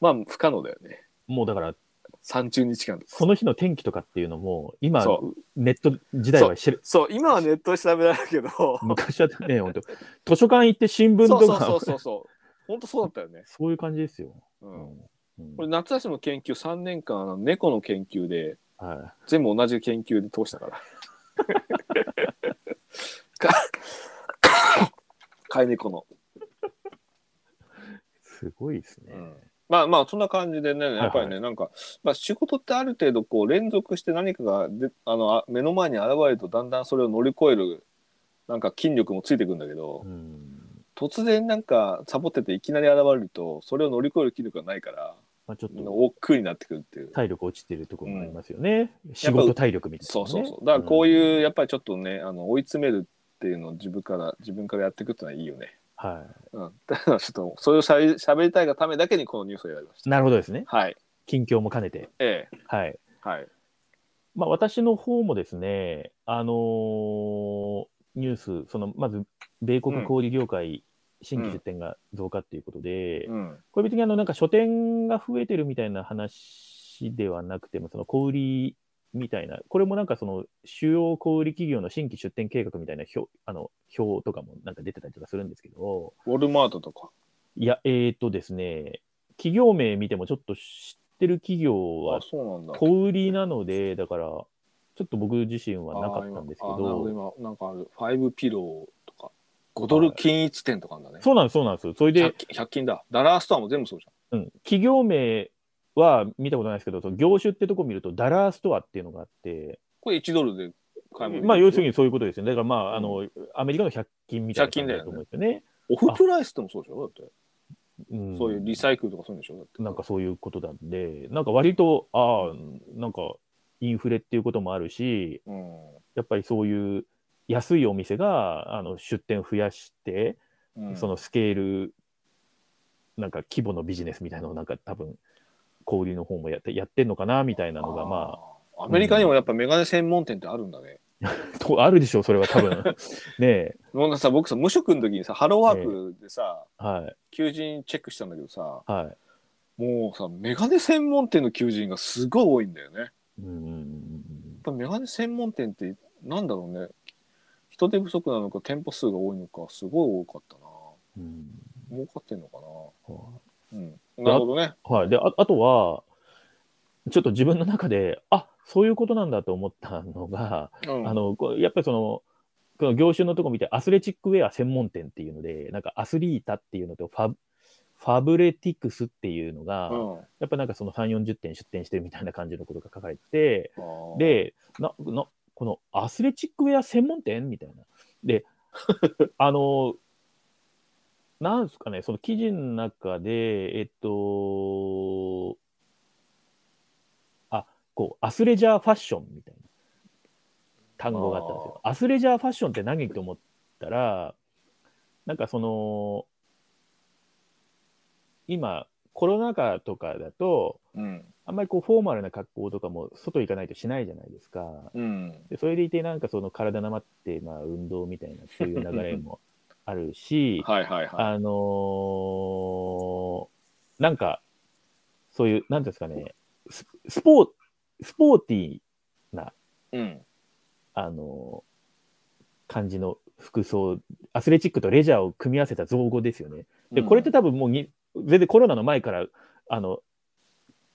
まあ不可能だよねもうだから、 30日間とかその日の天気とかっていうのも、今、そネット時代は知る。そう今はネットで調べられるけど 昔はね、本当図書館行って新聞とそうか、そうそうそうそう本当そうだったよね、そういう感じですよ。う、うんんうんこれ夏休みの研究3年間あの猫の研究では全部同じ研究で通した からか飼い猫の、い、すごいですね。まあまあそんな感じでねいやっぱりね、なんか、まあ、仕事ってある程度こう連続して何かがであのあ目の前に現れるとだんだんそれを乗り越えるなんか筋力もついてくるんだけど、うん突然なんかサボってていきなり現れるとそれを乗り越える筋力がないからまあ、ちょっと億劫になってくるっていう。体力落ちてるところもありますよね。仕事体力みたいな、そうね。そうそう。だからこういう、んやっぱりちょっとね、あの追い詰めるっていうのを自分から、自分からやっていくってのはいいよね。 はうん。だからちょっと、それをしゃべしゃべりたいがためだけにこのニュースを選びましい。た。なるほどですね。はい。近況も兼ねて。ええ。はい。はい。まあ、私の方もですね、あのーニュース、その、まず、米国小売業界、新規出店が増加っていうことで、うん。これ別にあの、なんか書店が増えてるみたいな話ではなくても、その小売りみたいな、これもなんかその主要小売企業の新規出店計画みたいな表あの表とかもなんか出てたりとかするんですけど、ウォルマートとか。いや、えっ、とですね、企業名見てもちょっと知ってる企業あは、そうなんだ。小売りなので、だから、ちょっと僕自身はなかったんですけあ今あなるほど、ど今、なんかある。ファイブピローとか。5ドル均一店とかあるんだね。そうなんです、そうなんです。それで 100, 均100均だ。ダラーストアも全部そうじうん、企業名は見たことないですけど、その業種ってとこ見ると、ダラーストアっていうのがあって、ゃん。これ1ドルで買い物。まあ、要するに。にそういうことですよね。だから、まあ、あうの、アメリカの100均みたいな感じだと思うんですよね。オフプライスでもそうでしょだって。んそういうリサイクルとかそういうんでしょだって。なんかそういうことなんで、なんか割と、ああ、なんかインフレっていうこともあるし、うん。やっぱりそういう安いお店があの出店増やして、うん。そのスケール、なんか規模のビジネスみたいなのを、なんか多分小売りの方もやってやってんのかなみたいなのが、あまーアメリカにもやっぱメガネ専門店ってあるんだね。あ、とあるでしょう、それは多分 ねえ、もうなんかさ僕さ無職の時にさハローワークでさ、はい、求人チェックしたんだけどさはい。もうさメガネ専門店の求人がすごい多いんだよね。やっうんうんうんぱメガネ専門店ってなんだろうね人手不足なのか店舗数が多いのかすごい多かったなうんうん儲かってんのかうんな。うん、なるほどね。はい。で、ああとは、ちょっと自分の中で、あそういうことなんだと思ったのが、うん、あの、こうやっぱりその、この業種のとこ見て、アスレチックウェア専門店っていうので、なんかアスリータっていうのとファブ、ファブレティクスっていうのが、うんやっぱなんかその3、40点出店してるみたいな感じのことが書かれてて、あー、で、な、な、このアスレチックウェア専門店みたいな。で、あの、なんですかね、その記事の中で、えっと、あ、こう、アスレジャーファッションみたいな単語があったんですよ。アスレジャーファッションって何と思ったら、なんかその、今、コロナ禍とかだと、うんあんまりこうフォーマルな格好とかも外行かないとしないじゃないですか。うんでそれでいてなんかその体なまって、まあ、運動みたいなそういう流れもあるし、はいはいはい。あのーなんかそういうなんていうんですかねススポースポーティーな、うんあのー感じの服装アスレチックとレジャーを組み合わせた造語ですよね。で、これって多分もうに、全然コロナの前から、あの、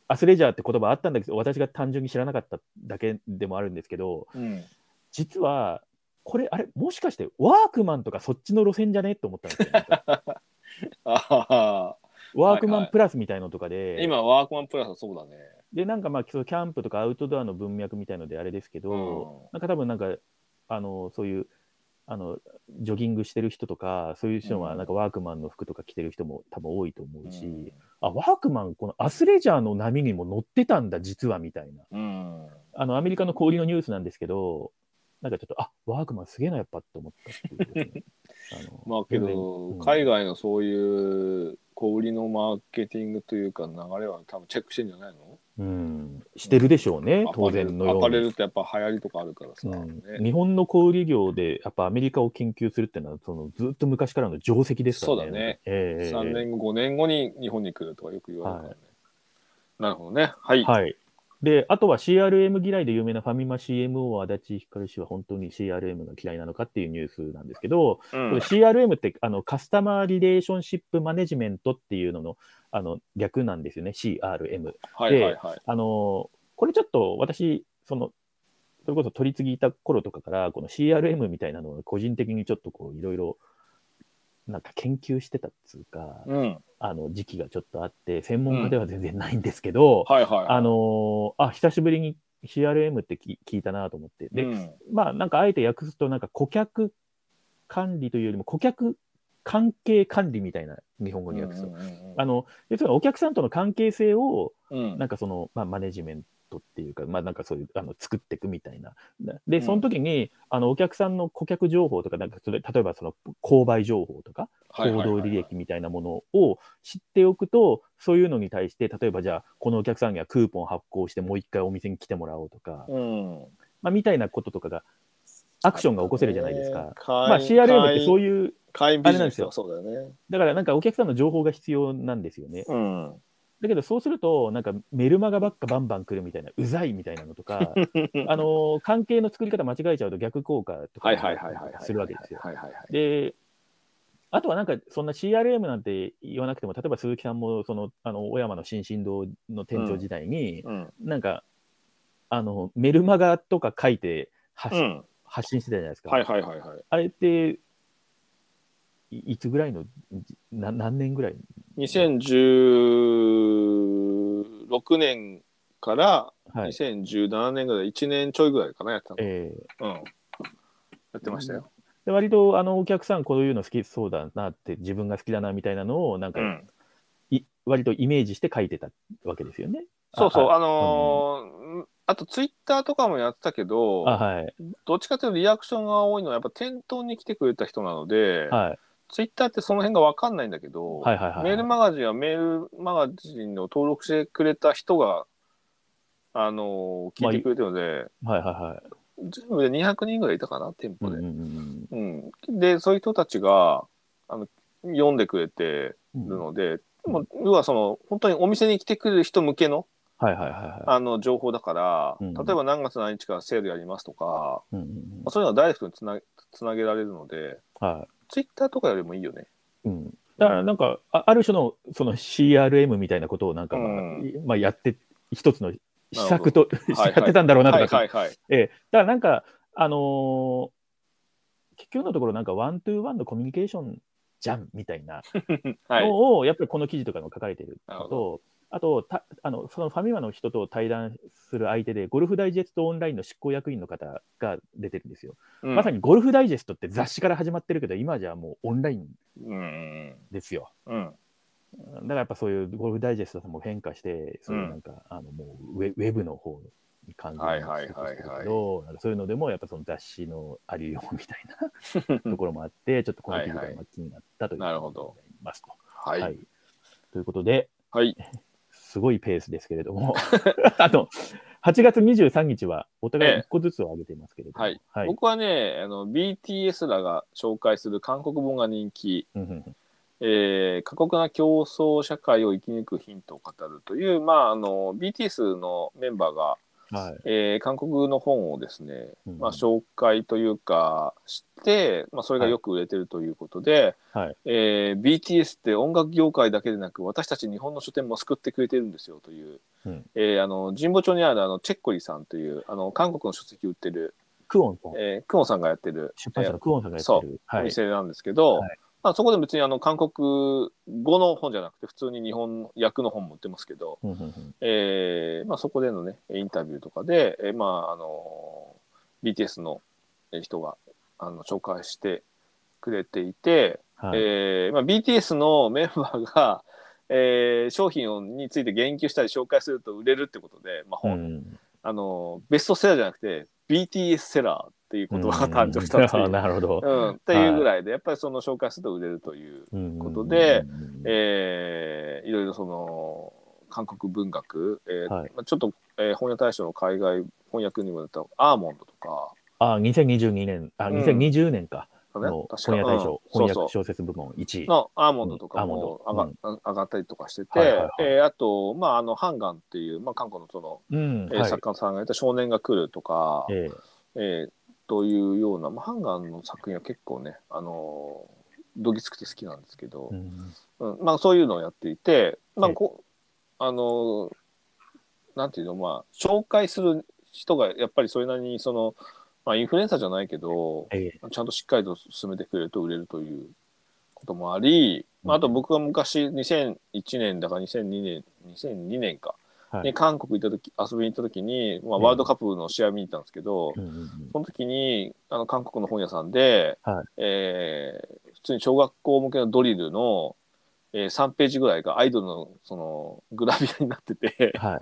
アスレジャーって言葉あったんだけど、私が単純に知らなかっただけでもあるんですけど、うん、実は、これ、あれ、もしかしてワークマンとかそっちの路線じゃねと思ったんですよ。なん かあははワークマンプラスみたいのとかで、今ワークマンプラスはそうだね。で、なんかまあ、そのキャンプとかアウトドアの文脈みたいのであれですけど、うんなんか多分なんか、あの、そういう、あのジョギングしてる人とかそういう人うはんなんかワークマンの服とか着てる人も多分多いと思うし、うんあワークマンこのアスレジャーの波にも乗ってたんだ実はみたいなうん。あのアメリカの小売りのニュースなんですけどなんかちょっとあワークマンすげえなやっぱって思ったってい うですね、あまのあけど、海外のそういう小売りのマーケティングというか流れは多分チェックしてんじゃないのうん、してるでしょうね、アパ当レル然のように。アパレルってやっぱ流行りとかあるからさ、うん、ね日本の小売業で、やっぱアメリカを研究するっていうのは、そのずっと昔からの定石ですからね。そうだねええ3年後5年後に日本に来るとかよく言われるからね、はなるほどねはい、はい。で、あとは CRM 嫌いで有名なファミマ CMO 足立光氏は本当に CRM が嫌いなのかっていうニュースなんですけど、うこれん CRM ってあのカスタマーリレーションシップマネジメントっていうののあの略なんですよね、CRM。はいはいはいあのこれちょっと私、その、それこそ取り次ぎいた頃とかから、この CRM みたいなのを個人的にちょっとこう、いろいろ、なんか研究してたっつうか、うんあの、時期がちょっとあって、専門家では全然ないんですけど、はいはいあのあ、久しぶりに CRM ってき聞いたなと思って、で、うんまあ、なんかあえて訳すと、なんか顧客管理というよりも、顧客関係管理みたいな日本語に訳すと。うんうんうんあの、要するにお客さんとの関係性を、うんなんかその、まあ、マネジメントっていうか、まあ、なんかそういうあの作っていくみたいな。で、その時に、あのお客さんの顧客情報とか、なんかそれ例えばその購買情報とか、はい行はいはい動はい履歴みたいなものを知っておくと、そういうのに対して、例えばじゃあ、このお客さんにはクーポン発行して、もう一回お店に来てもらおうとか、うんまあ、みたいなこととかが、アクションが起こせるじゃないですか。えーまあ、CRM ってそう会いう、会員ビジネスあれなんではすそうだよねだからなんかお客さんの情報が必要なんですよね。うんだけどそうするとなんかメルマガばっかバンバン来るみたいなうざいみたいなの とかあのー関係の作り方間違えちゃうと逆効果とかはいはいはいはいはいするわけですよ。はいはいはいであとはなんかそんな CRM なんて言わなくても例えば鈴木さんもそのあの小山の新進堂の店長時代に、うんなんかあのメルマガとか書いて発,、うん発信してたじゃないですか。はいはいはいはいあれっていいつぐらいのじな何年ぐらい2016年からはい、 2017年ぐらい、1年ちょいぐらいかな、やってたの。えーうん。やってましたよ。で割とあのお客さんこういうの好きそうだなって自分が好きだなみたいなのをなんか、うん。い割とイメージして書いてたわけですよね。そうそう、ああのーあとツイッターとかもやってたけど、あはいどっちかというとリアクションが多いのはやっぱ店頭に来てくれた人なので、はいツイッターってその辺が分かんないんだけど、はいはいはいメールマガジンはメールマガジンの登録してくれた人が、あのー聞いてくれてるので、はいは全部で200人ぐらいいたかな、店い舗はい。でうん。うんうん、でそういう人たちがあの読んでくれてうんうるんので、もう要はその本当にお店に来てくる人向けのはいはいはいはあの情報だから、うん例えば何月何日からセールやりますとか、い。うんうんうんまあそういうのはダイレクトにつなつなげられるのではツイッターとかよりもいいよね。いうんだからなんかあある種のその CRM みたいなことをなんか、まあうんいまあ、やって一つの施策としはいはい やってたんだろうなとはかいはいはい。ええ、だからなんか、あのー結局のところ、なんかワントゥーワンのコミュニケーションじゃんみたいなはい、のを、やっぱりこの記事とかにも書かれてるなるのほと、あとたあの、そのファミマの人と対談する相手で、ゴルフダイジェストオンラインの執行役員の方が出てるんですよ。うんまさにゴルフダイジェストって雑誌から始まってるけど、今じゃもうオンラインうんですよ。うんだからやっぱそういうゴルフダイジェストも変化して、そういうなんか、あのもうウェウェブの方に感じはいはいはいはいけど、なんかそういうのでもやっぱその雑誌のありようみたい なところもあって、ちょっとこの記事がはいはいまあ気になったというなるほどことになりますと。ははいい、はいということで、はいすごいペースですけれ ども、あの8月23日はお互い1個ずつを上げていますけれども、ええ僕はねあの BTS らが紹介する韓国本が人気。うんうんうんえー過酷な競争社会を生き抜くヒントを語るという、まあ、あの BTS のメンバーが、はいえー韓国の本をですね、うんまあ、紹介というかして、まあ、それがよく売れてるということで、はいえー BTS って音楽業界だけでなく私たち日本の書店も救ってくれてるんですよという、うんえーあの神保町にあるあのチェッコリさんというあの韓国の書籍売ってる、クオンさん、えー、クオンさんがやってる出版社のクオンさんがやってる、おはい店なんですけど、はいまあ、そこで別にあの韓国語の本じゃなくて普通に日本訳の本も売ってますけど、うんうんうんえーまあ、そこでのねインタビューとかで、えーまああの BTS の人があの紹介してくれていて、はい。えーまあ、BTS のメンバーが、えー商品をについて言及したり紹介すると売れるってことで、まあう本ん。あのベストセラーじゃなくて BTS セラーっていう言葉が誕生したっていう,、 なるほど。うん、っていうぐらいでやっぱりその紹介すると売れるという、ことでうん、えーいろいろその韓国文学、えーはいまあちょっと、えー翻訳大賞の海外翻訳にも出たアーモンドとか、あ、2022年、あ、うん2020年か、ねの確か本屋大賞、うん翻そう訳そ小説部門1う位。のアーモンドとうんかアーもモ上ンが,、ド上がったりとかしてて、はいはいはいえーあと、まあ、あのハンガンっていう、まあ、韓国のその、うん、えーはい。作家さんがいた「少年が来る」とか、えええーというような、まあ、ハンガンの作品は結構ね、あのーどぎつくて好きなんですけど、うんうんまあ、そういうのをやっていて、まあええこうあのーなんていうの、まあ、紹介する人がやっぱりそれなりにその、まあ、インフルエンサーじゃないけど、ええちゃんとしっかりと進めてくれると売れるということもあり、まあ、あと僕が昔2001年だから2002年2002年か、はいに韓国行った時遊びに行った時に、まあ、うんワールドカップの試合見に行ったんですけど、うんうんうんその時にあの韓国の本屋さんで、はいえー普通に小学校向けのドリルの、えー3ページぐらいがアイドルのそのグラビアになってて はい。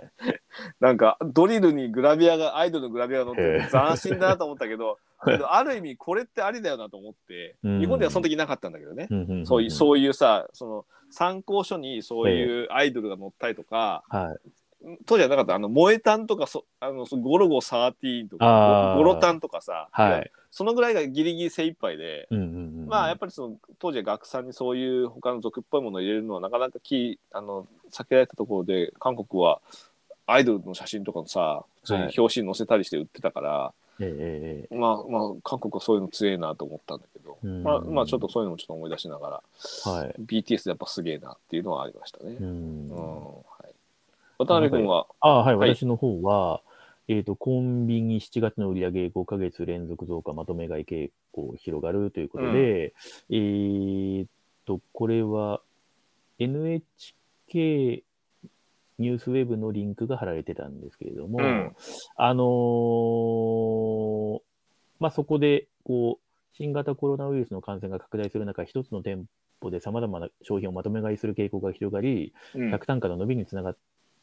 なんかドリルにグラビアがアイドルのグラビアが載ってへてえ斬新だなと思ったけ どけどある意味これってありだよなと思ってうん日本ではその時なかったんだけどね、うんうんうんそういうそういうさその参考書にそういうアイドルが載ったりとか、はい。当時はなかったあの「萌えたん」とかそあのそゴロゴ13」とあかー「ゴロタン」とかさ、はい。そのぐらいがギリギリ精一杯で、うんうんうんまあやっぱりその当時は学さんにそういう他の俗っぽいものを入れるのはなかなかきあの避けられたところで韓国はアイドルの写真とかのさ普通に表紙に載せたりして売ってたから、えええええまあまあ韓国はそういうの強えなと思ったんだけど、うんまあまあちょっとそういうのもちょっと思い出しながらえはい。 BTS やっぱすげえなっていうのはありましたね。ううんんはい、渡辺君は、あはい、はい私の方は、えっ、と、コンビニ7月の売上5ヶ月連続増加、まとめ買い傾向広がるということで、えっと、これは NHK ニュースウェブのリンクが貼られてたんですけれども、うんあのーまあ、そこで、こう、新型コロナウイルスの感染が拡大する中、一つの店舗で様々な商品をまとめ買いする傾向が広がり、うん客単価の伸びにつながっ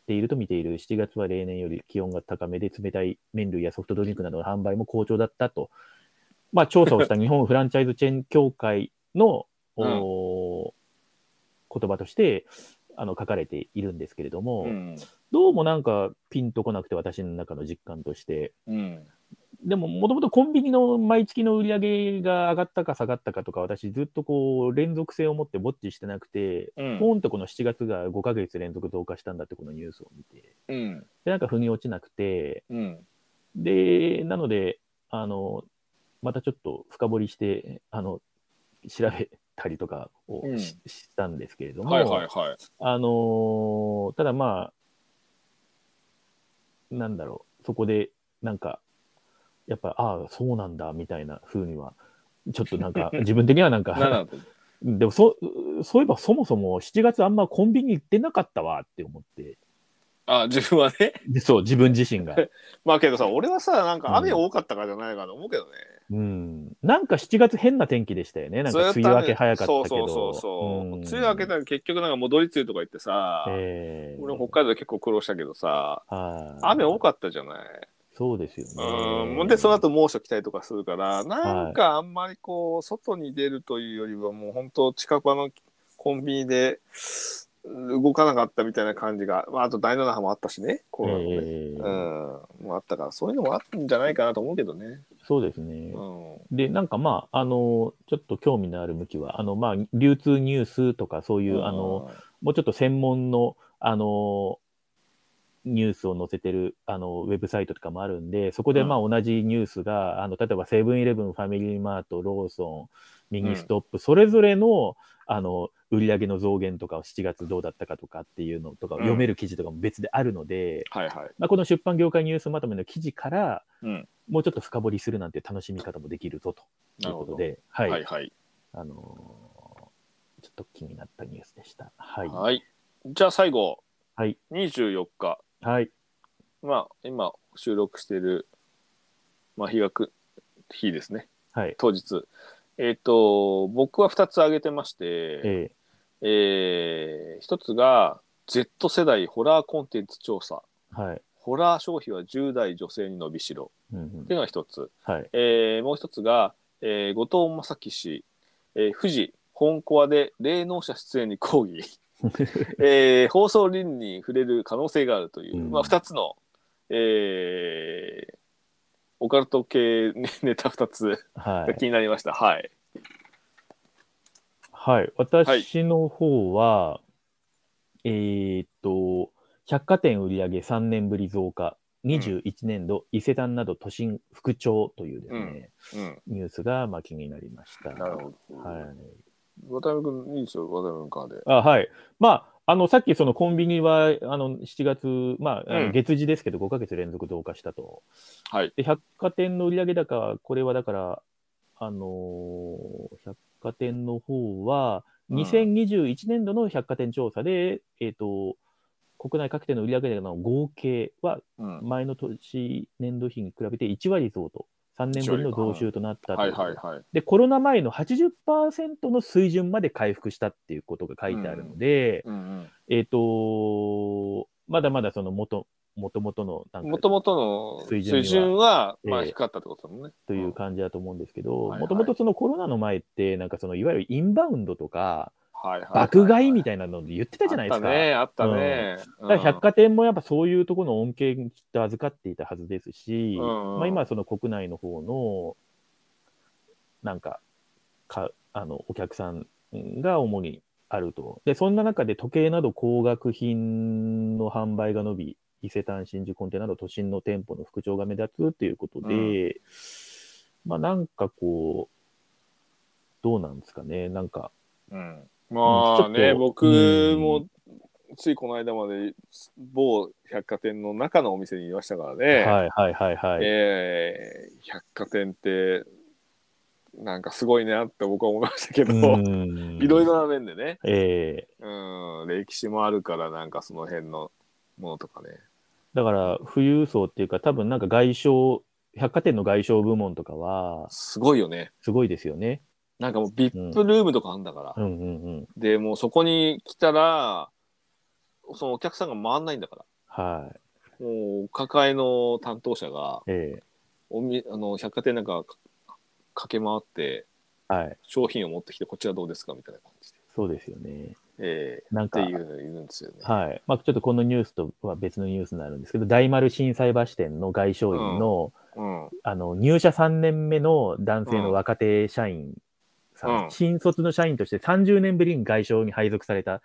ていると見ている7月は例年より気温が高めで冷たい麺類やソフトドリンクなどの販売も好調だったと、まあ、調査をした日本フランチャイズチェーン協会の、うんおー言葉としてあの書かれているんですけれども、うんどうもなんかピンとこなくて私の中の実感として。うんでも、もともとコンビニの毎月の売り上げが上がったか下がったかとか、私ずっとこう、連続性を持ってぼっちしてなくて、うんポンとこの7月が5ヶ月連続増加したんだって、このニュースを見て。うんで、なんか腑に落ちなくて、うんで、なので、あの、またちょっと深掘りして、あの、調べたりとかをし,、うんしたんですけれども、はいはいはい。あのーただまあ、なんだろう、そこで、なんか、やっぱ、ああ、そうなんだ、みたいな風には、ちょっとな んか、自分的にはなんか、なんだとでもそ、そういえばそもそも7月あんまコンビニ行ってなかったわって 思って、あ自分はねでそう、自分自身が。まあけどさ俺はさなんか雨多かったからじゃないかと思うけどね、うん。なんか7月変な天気でしたよね。なんかずっ梅と雨明け早かったけど。そうそうそうそう、ん梅雨明けたら結局なんか戻り梅雨とか言ってさ、ええ俺も北海道で結構苦労したけどさはい雨多かったじゃないそうですよね。うん、ほんでその後猛暑来たりとかするからなんかあんまりこう外に出るというよりはもう本当近場のコンビニでうん動かなかったみたいな感じが、まあ、あと第7波もあったしねコロナのね、ええうん、もあったからそういうのもあったんじゃないかなと思うけどね。そうですね。うんで、なんかまあ、あの、ちょっと興味のある向きは、あの、まあ、流通ニュースとか、そういう、あの、、もうちょっと専門の、あの、ニュースを載せてる、あの、ウェブサイトとかもあるんで、そこで、うんまあ、同じニュースが、あの、例えば、セブンイレブン、ファミリーマート、ローソン、ミニストップ、それぞれの、あの、売り上げの増減とかを7月どうだったかとかっていうのとか、うん読める記事とかも別であるので、はいはい。まあ、この出版業界ニュースまとめの記事から、うんもうちょっと深掘りするなんて楽しみ方もできるぞととなるいうほことど。で、はい、はいはい。あのーちょっと気になったニュースでした。はい。はい。はい。じゃあ最後、はい、 24日、まあ今収録している、まあ、日がく日ですね。はい。当日。えっ、と、僕は2つ挙げてまして、ええー、1つが、Z 世代ホラーコンテンツ調査。ー、はい。ホラー消費は10代女性に伸びしろ。うんうんっていうのが1つ。はい。えーもう1つが、えー後藤正樹氏、えー、富士、本コアで霊能者出演に抗 議。えー放送倫理に触れる可能性があるという、うんまあ、2つの、えーオカルト系ネ ネタ2つはがい。気になりました。はい。はい。私の方は、えーっと、百貨店売上3年ぶり増加、21年度、伊勢丹など都心復調というですね、うん、ニュースがまあ気になりました。なるほど。はい。渡辺君、いいですよ、渡辺君あはい。まあ、あの、さっきそのコンビニは、あの、7月、まああうんの、月次ですけど、5ヶ月連続増加したと。はいで、百貨店の売上高は、これはだから、あのー百貨店の方は、うん2021年度の百貨店調査で、えっ、と、国内各店の売上高の合計は、で。うん。前の年、年度比に比べて1割増と、3年ぶりの増収となったとはいはいはい。で、コロナ前の80%の水準まで回復したっていうことが書いてあるので、うんえっ、とまだまだその元、元々のなうんん。かもともとの水準には水準は、まあ、ええ低かったってことだもんね。という感じだと思うんですけうんど、はいはいもともとそのコロナの前って、なんかそのいわゆるインバウンドとか、はいはいはい爆買いみいたいなので言ってたじゃないですか。あったね、あったね。だから百貨店もやっぱそういうところの恩恵にきっと預かっていたはずですし、うんうんまあ、今はその国内の方の、なんか、かあのお客さんが主にあると。で、そんな中で時計など高額品の販売が伸び、伊勢丹新宿本店など都心の店舗の復調が目立つということで、まあなんかこう、どうなんですかね、なんか、うんまあね、うんちょっと僕も、ついこの間まで某百貨店の中のお店にいましたからね。はいはいはいはい。えー百貨店って、なんかすごいなって僕は思いましたけど、い いろい。ろな面でね、えーうん、歴史もあるから、なんかその辺のものとかね。だから富裕層っていうか多分なんか外商百貨店の外商部門とかはすごいよね。すごいですよね。なんかもう VIP ルームとかあんだから。うんうんうん。で、もうそこに来たら、そのお客さんが回んないんだから。はもう、お抱えの担当者が、い。ええおみあの百貨店なんかか駆け回ってはい。商品を持ってきてこっちはどうですかみたいな感じで、そうですよね。えなんーかっていうのいるんですよね。はい。まあちょっとこのニュースとは別のニュースになるんですけど、大丸心斎橋店の外商員の、うん、あの入社3年目の男性の若手社員さん、うん新卒の社員として30年ぶりに外商に配属された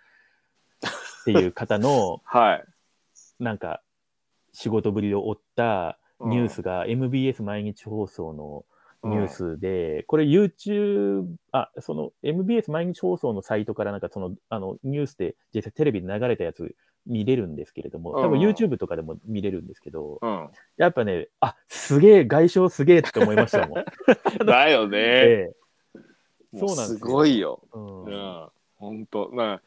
っていう方のはい。なんか仕事ぶりを追ったニュースが MBS 毎日放送のニュースで、これ YouTube、あ、その MBS 毎日放送のサイトからなんかその、あの、ニュースで実際テレビで流れたやつ見れるんですけれども、多分うん YouTube とかでも見れるんですけど、うん。やっぱね、あ、すげえ、外傷すげえって思いましたもん。 だよね。 ええもそうなんですすよごいよ。ううんん。本当まあ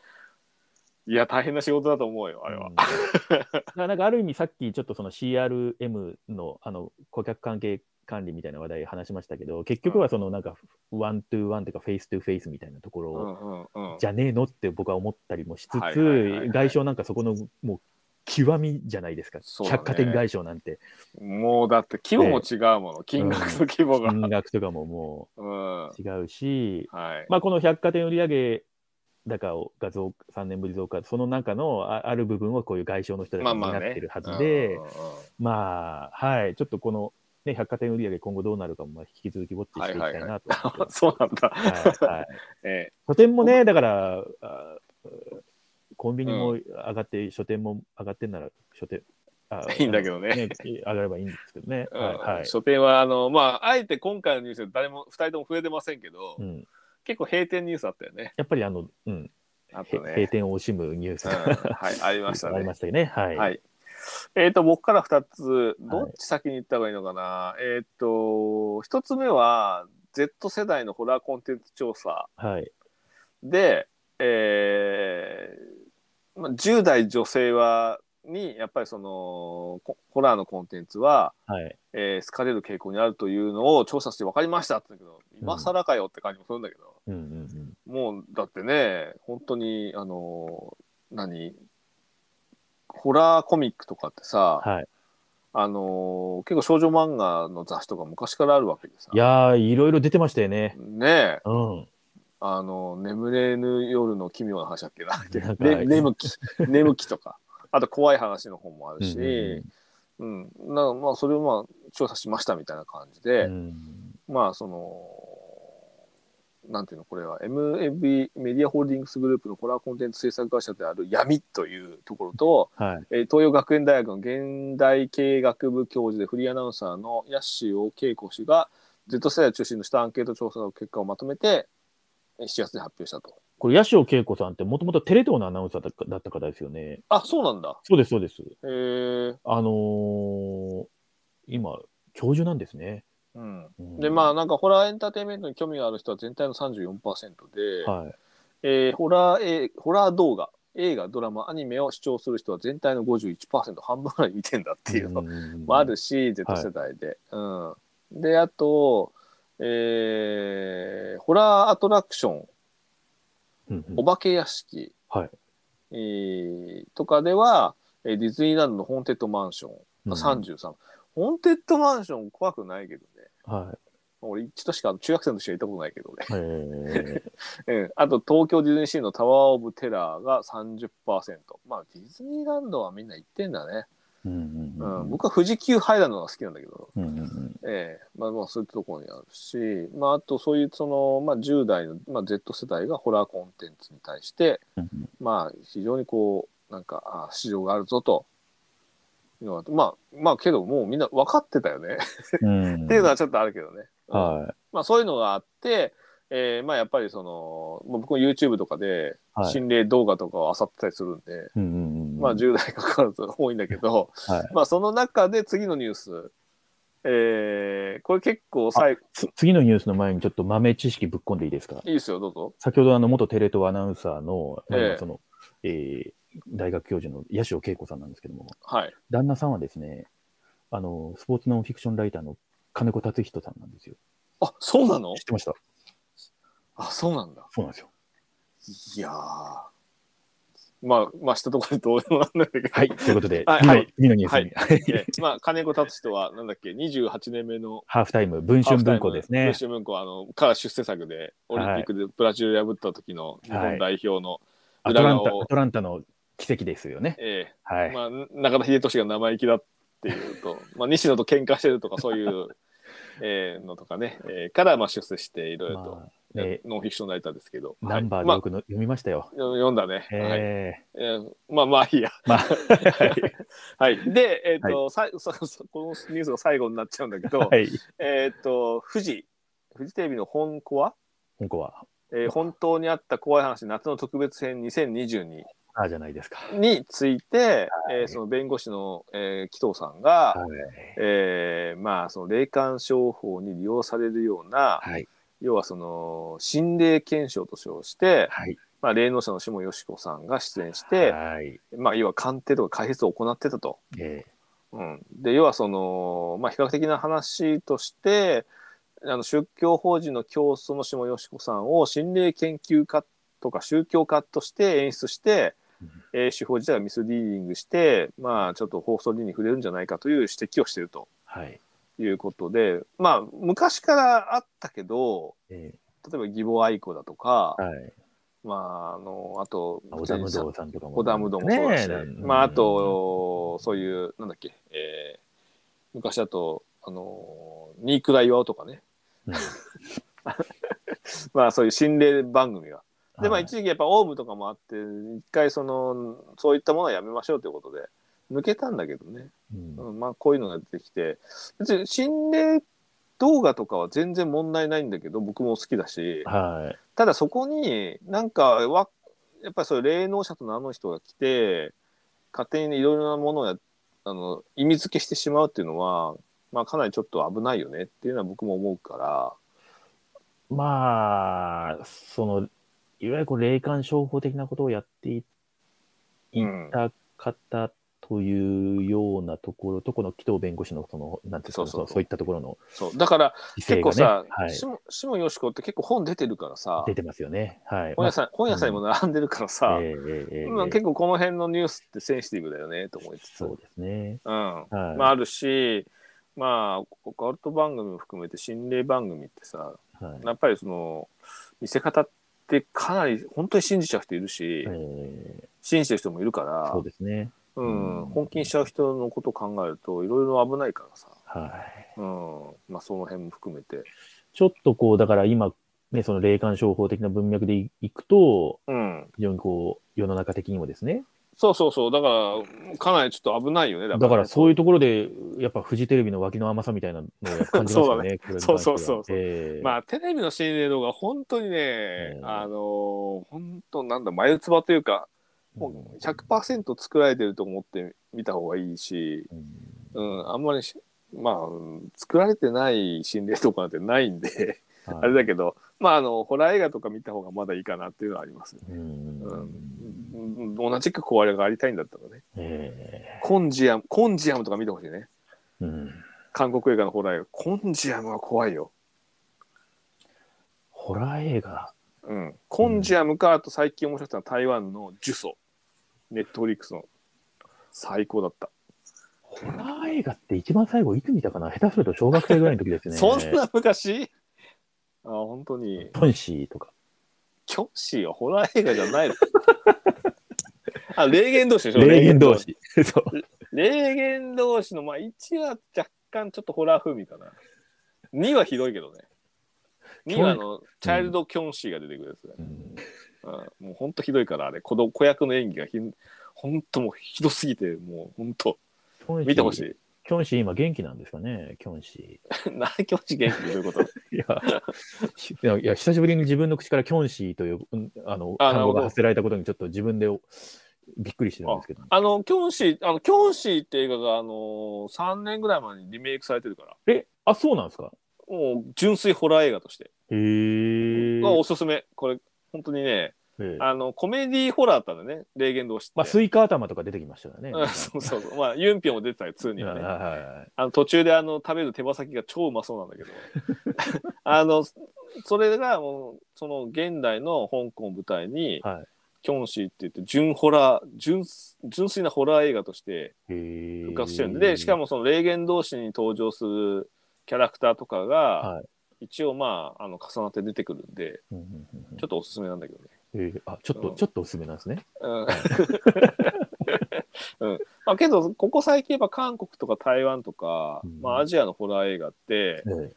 いや、大変な仕事だと思うよ、あれはうん。だからなんかある意味さっきちょっとその CRM のあの顧客関係管理みたいな話題話しましたけど結局はそのなんかワントゥーワンというかフェイストゥーフェイスみたいなとこうろんうんうん。じゃねえのって僕は思ったりもしつはいはいはいはいつ外商なんかそこのもう極みじゃないですか、そうだね百貨店外商なんてもうだって規模も違うもの、金額の規模が。金額とかももうん。はう違うし、い。まあ、この百貨店売上高をが増3年ぶり増加その中のあある部分をこういう外商の人たちまあがまあ担っね。てるはずで。うんうんうんまあ、はい、ちょっとこの、ね、百貨店売上今後どうなるかもまあ引き続きウォッチしていきたいなと思ってあます。そうなん だ。はいはい え書店もね、だから、あコンビニも上がって、書店も上がってんなら、書店、あ えいいんだけどね。ね、上がればいいんですけどね。うんはい、はい。書店はあのまああえて今回のニュースで誰も2人とも触れてませんけど、うん、結構閉店ニュースあったよね。やっぱりあの、うん、あとへ閉ね。店を惜しむニュースうん、が、はいありました ありねま。したよね。はい。はい。えっ、と僕から2つどっち先に行った方がいいのかな。えっ、と1つ目は Z 世代のホラーコンテンツ調査はい。で、えーまあ、10代女性はにやっぱりそのコホラーのコンテンツは、はい。えー好かれる傾向にあるというのを調査して分かりましたって言うけど今更かよって感じもするんだけど、うんうんもうだってね本当にあのー何ホラーコミックとかってさ、はいあのー結構少女漫画の雑誌とか昔からあるわけでさうん。いやー、いろいろ出てましたよね。ねえうん。あの眠れぬ夜の奇妙な話だっけななんかね、眠き眠きとかあと怖い話の方もあるし、うんうんうん、なまあそれをまあ調査しましたみたいな感じで、うんまあそのなんていうのこれは MAB メディアホールディングスグループのホラーコンテンツ制作会社である闇というところと、はい。えー東洋学園大学の現代経営学部教授でフリーアナウンサーのヤッシーオ恵子氏が Z 世代を中心としたアンケート調査の結果をまとめてえー7月に発表したと。これ、八潮恵子さんって、もともとテレ東のアナウンサーだっただった方ですよね。あそうなんだ。そうです、そうです。へえ。あのー今、教授なんですね。うん、うんでまあなんかホラーエンターテインメントに興味がある人は全体の34%で、はい。えーホラーえーホラー動画映画ドラマアニメを視聴する人は全体の51%半分ぐらい見てんだっていうのもあるし Z 世代で。うん、であと、えーホラーアトラクションうんうんお化け屋敷、はいえーとかでは、えーディズニーランドのホーンテッドマンション、うん33、ホーンテッドマンション怖くないけどねは俺一度しか中学生の時は行ったことないけどね い。えーうん、あと東京ディズニーシーのタワー・オブ・テラーが30%。まあディズニーランドはみんな行ってんだね。うんううんんうん僕は富士急ハイランドが好きなんだけど、うんうんうんええまあまあそういうところにあるし、まああとそういうその、まあ、10代の、まあ、Z 世代がホラーコンテンツに対して、うんうんまあ非常にこう、なんか、あ市場があるぞと。いうのがあってまあ、まあけどもうみんな分かってたよね。うんっていうのはちょっとあるけどね。うんはまあそういうのがあって、えーまあやっぱりその、もう僕も YouTube とかでい。はい。心霊動画とかを漁ってたりするんで、うんうんうんまあ10代かかわらず 多いんだけど、はいまあその中で次のニュース、えーこれ結構最後、つ次のニュースの前にちょっと豆知識ぶっこんでいいですかいいですよ、どうぞ。先ほどあの元テレ東アナウンサーの,、ええそのえー大学教授の八潮恵子さんなんですけども、はい。旦那さんはですね、あのスポーツノンフィクションライターの金子達人さんなんですよ。あ、そうなの知ってましたあ、そうなんだ。そうなんですよ。いやー。まあ、まあ、したところでどうでもなんないんだけど、はい、ということで、はい次のはい次のニュースに、えーまあ、金子達人は、なんだっけ、28年目のハーフタイム、文春文庫ですね文。春文庫あのから出世作でオリンピックでブラジルを破った時の日本代表の、アトラン裏タ側をアトランタの奇跡ですよね。えはえい。まあ、中田英寿が生意気だっていうと、 まあ、西野と喧嘩してるとかそういう、 ええのとかね、ええからまあ出世していろいろと、まあねノンフィクションライターですけど、ナンバはいーでまあよくの、読みましたよ。よ読んだね、はいええええまあまあいい や。まあ、はい、で、えっとさいそ そこのニュースが最後になっちゃうんだけど、 はい。えっと富士富士テレビの本コア本校は、えー本当にあった怖い話夏の特別編2022ああじゃないですか。について、えーその弁護士の、えー紀藤さんが、はい。えーまあその霊感商法に利用されるような、はい。要はその心霊検証と称して、はい。まあ、霊能者の下よし子さんが出演しで、て、はい。まあ、要は鑑定とか解説を行ってたと。えうん、で要はその、まあ、比較的な話としてあの宗教法人の教祖の下よし子さんを心霊研究家とか宗教家として演出して、うんえー手法自体がミスリーディングして、まあ、ちょっと放送倫理に触れるんじゃないかという指摘をしているとーはい。いうことで、まあ、昔からあったけどえ例えば義母愛子だとか、ーはい。まあ、あのあと小田無道さんとかも。小田無道もそうだし、ねえまああ、とそういうなんだっけ、えー昔だとあのー新倉岩尾とかね、うん まあそういう心霊番組が。でまあはい一時期やっぱオウムとかもあって一回そのそういったものはやめましょうということで抜けたんだけどね、うんうん、まあこういうのが出てきて別に心霊動画とかは全然問題ないんだけど僕も好きだし、はい。ただそこになんかわやっぱりそういう霊能者と名乗る人が来て勝手にいろいろなものをやあの意味付けしてしまうっていうのは、まあ、かなりちょっと危ないよねっていうのは僕も思うかまあ、その、いわゆるこう霊感商法的なことをやっていら、うん、た方というようなところと、この紀藤弁護士の、その、なんていうんですかそね、うそうそうそういったところのそうだから姿勢結が構ね、さ、はい、しもしもよしこって結構本出てるからさ出てますよね。はい。本屋さん本屋さんにも並んでるからまさあ、ええええええまあ、結構この辺のニュースってセンシティブだよねと思いつつ、そうですね。うんまはい。あ、あるしまあオカルト番組も含めて心霊番組ってさはいやっぱりその見せ方ってかなり本当に信じちゃう人いるし、ええ信じてる人もいるからそうですね。うん、本気にしちゃう人のことを考えるといろいろ危ないからさ、はい。うんまあ、その辺も含めて、ちょっとこう、だから今、ね、その霊感商法的な文脈でいいくと、うん、非常にこう、世の中的にもですね。そうそうそうだからかなりちょっと危ないよねだだから,、からそういうところで、やっぱフジテレビの脇の甘さみたいなのをやっぱ感じますよね。これに関してはそうそうそうええまあテレビの心霊動画本当にね、えあのー本当なんだ眉唾というかもう100%作られてると思って見た方がいいし、うんうん、あんまりしまあ、うん作られてない心霊とかなんてないんではいあれだけどまああのホラー映画とか見た方がまだいいかなっていうのはありますねうんうん、同じく壊れがありたいんだったらねえコンジアムコンジアムとか見てほしいねえうん韓国映画のホラー映画コンジアムは怖いよ、ホラー映画、うん、コンジアムかあと最近面白かったのは台湾の「ジュソ」ネットフリックスの最高だった、ホラー映画って一番最後いつ見たかな下手すると小学生ぐらいの時ですね。そんな昔あ本当にトンシーとか。キョッシーはホラー映画じゃ ないのあ霊言同士でしょ霊言同士。そう。 霊言同士のまあ1は若干ちょっとホラー風味かな2はひどいけどね2はあのチャイルド・キョンシーが出てくるやつだね、うんうんもうほんとひどいからあれ子ど子役の演技がひんほんともうひどすぎてもうほんと見てほしい。いキョンシー今元気なんですかね、キョンシ なキョンシー元気ってどういうことー。いや、いや久しぶりに自分の口からキョンシーといううんあのあな単るほど語が発せられたことにちょっと自分でおびっくりしてるんですけど。あのキョンシーあのキョンシーって映画があの3年ぐらい前にリメイクされてるからえ、あ、そうなんですかもう純粋ホラー映画として、へえ。まあおすすめこれ本当にねええあのコメディホラーだったんだよね霊言同士って、まあ、スイカ頭とか出てきましたよね。うんそうそうそう。まあ、ユンピョンも出てたよ、2にははいね。はあの途中であの食べる手羽先が超うまそうなんだけど。 あの、それがもう、その現代の香港を舞台に、いはい。キョンシーって言って、純ホラー、純、純粋なホラー映画として復復活してるんで、でしかも、もその霊言同士に登場するキャラクターとかが、は一応まあ、あの重なって出てくるんで、うんうんうんうんちょっとおすすめなんだけどね。ええあちょっと、うんちょっとおすすめなんですね。うん うんまあ、けどここ最近やっぱ韓国とか台湾とか、うんまあ、アジアのホラー映画って、ええ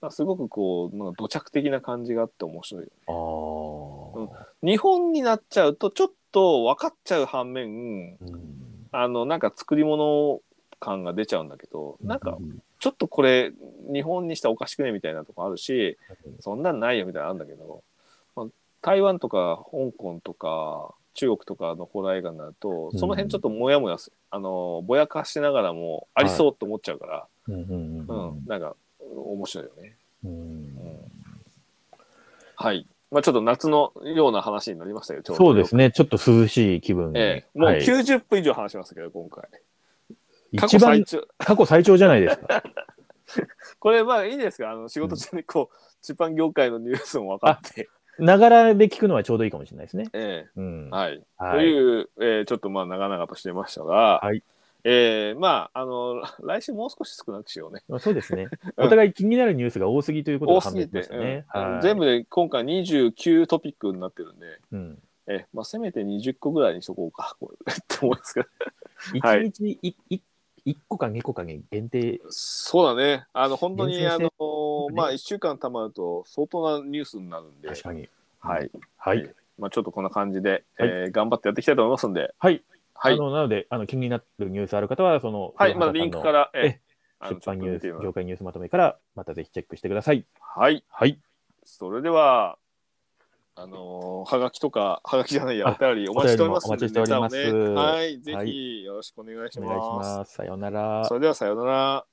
まあ、すごくこうなんか土着的な感じがあって面白いああ、日本になっちゃうとちょっと分かっちゃう反面うんあのなんか作り物感が出ちゃうんだけどなんかちょっとこれ日本にしたらおかしくねみたいなとこあるしそんなんないよみたいなのあるんだけど、まあ、台湾とか香港とか中国とかのホラー映画になるとその辺ちょっともやもやす、あのぼやかしながらもありそうと思っちゃうから、うんうんううんんなんか面白いよね。ううんんはい、まあ、ちょっと夏のような話になりましたよちょどそうですね、ちょっと涼しい気分にええ、もうはい90分以上話しましたけど、今回。過去一番最長。過去最長じゃないですか。これ、まあいいですか、あの仕事中にこう、出版業界のニュースも分かって。ながらで聞くのはちょうどいいかもしれないですね。えうんえ、はい。とはいいう、えーちょっとまあ長々としてましたが、はいええまあ、あの、来週もう少し少なくしようね。まあそうですね。お互い気になるニュースが多すぎということ多がす判明ぎしまてし、たね。うんはい全部で今回29トピックになってるんで、うんええまあ、せめて20個ぐらいにしとこう か、これって思いますけど。一はい日いい一個か二個かに限定そうだね。あの、本当に、厳あ選しての、まあ1週間たまると相当なニュースになるんで、確かに。はい。はえい。まあ、ちょっとこんな感じで、えー頑張ってやっていきたいと思いますんで、はい。はあい、のなのであの、気になってるニュースある方は、その、はい、まだリンクからら、ええー、出版ニューあのちょっと見てみス、ま業界ニュースまとめから、またぜひチェックしてください。すはい、はい。それでは、あのーはがきとか、はがきじゃないや、あお便りお待ちしておりますんでお便りもお待ちしておりネタますをねはい、ぜはひよろしくお願いしお願いします。ます。さようならそ。れでは、さようなら。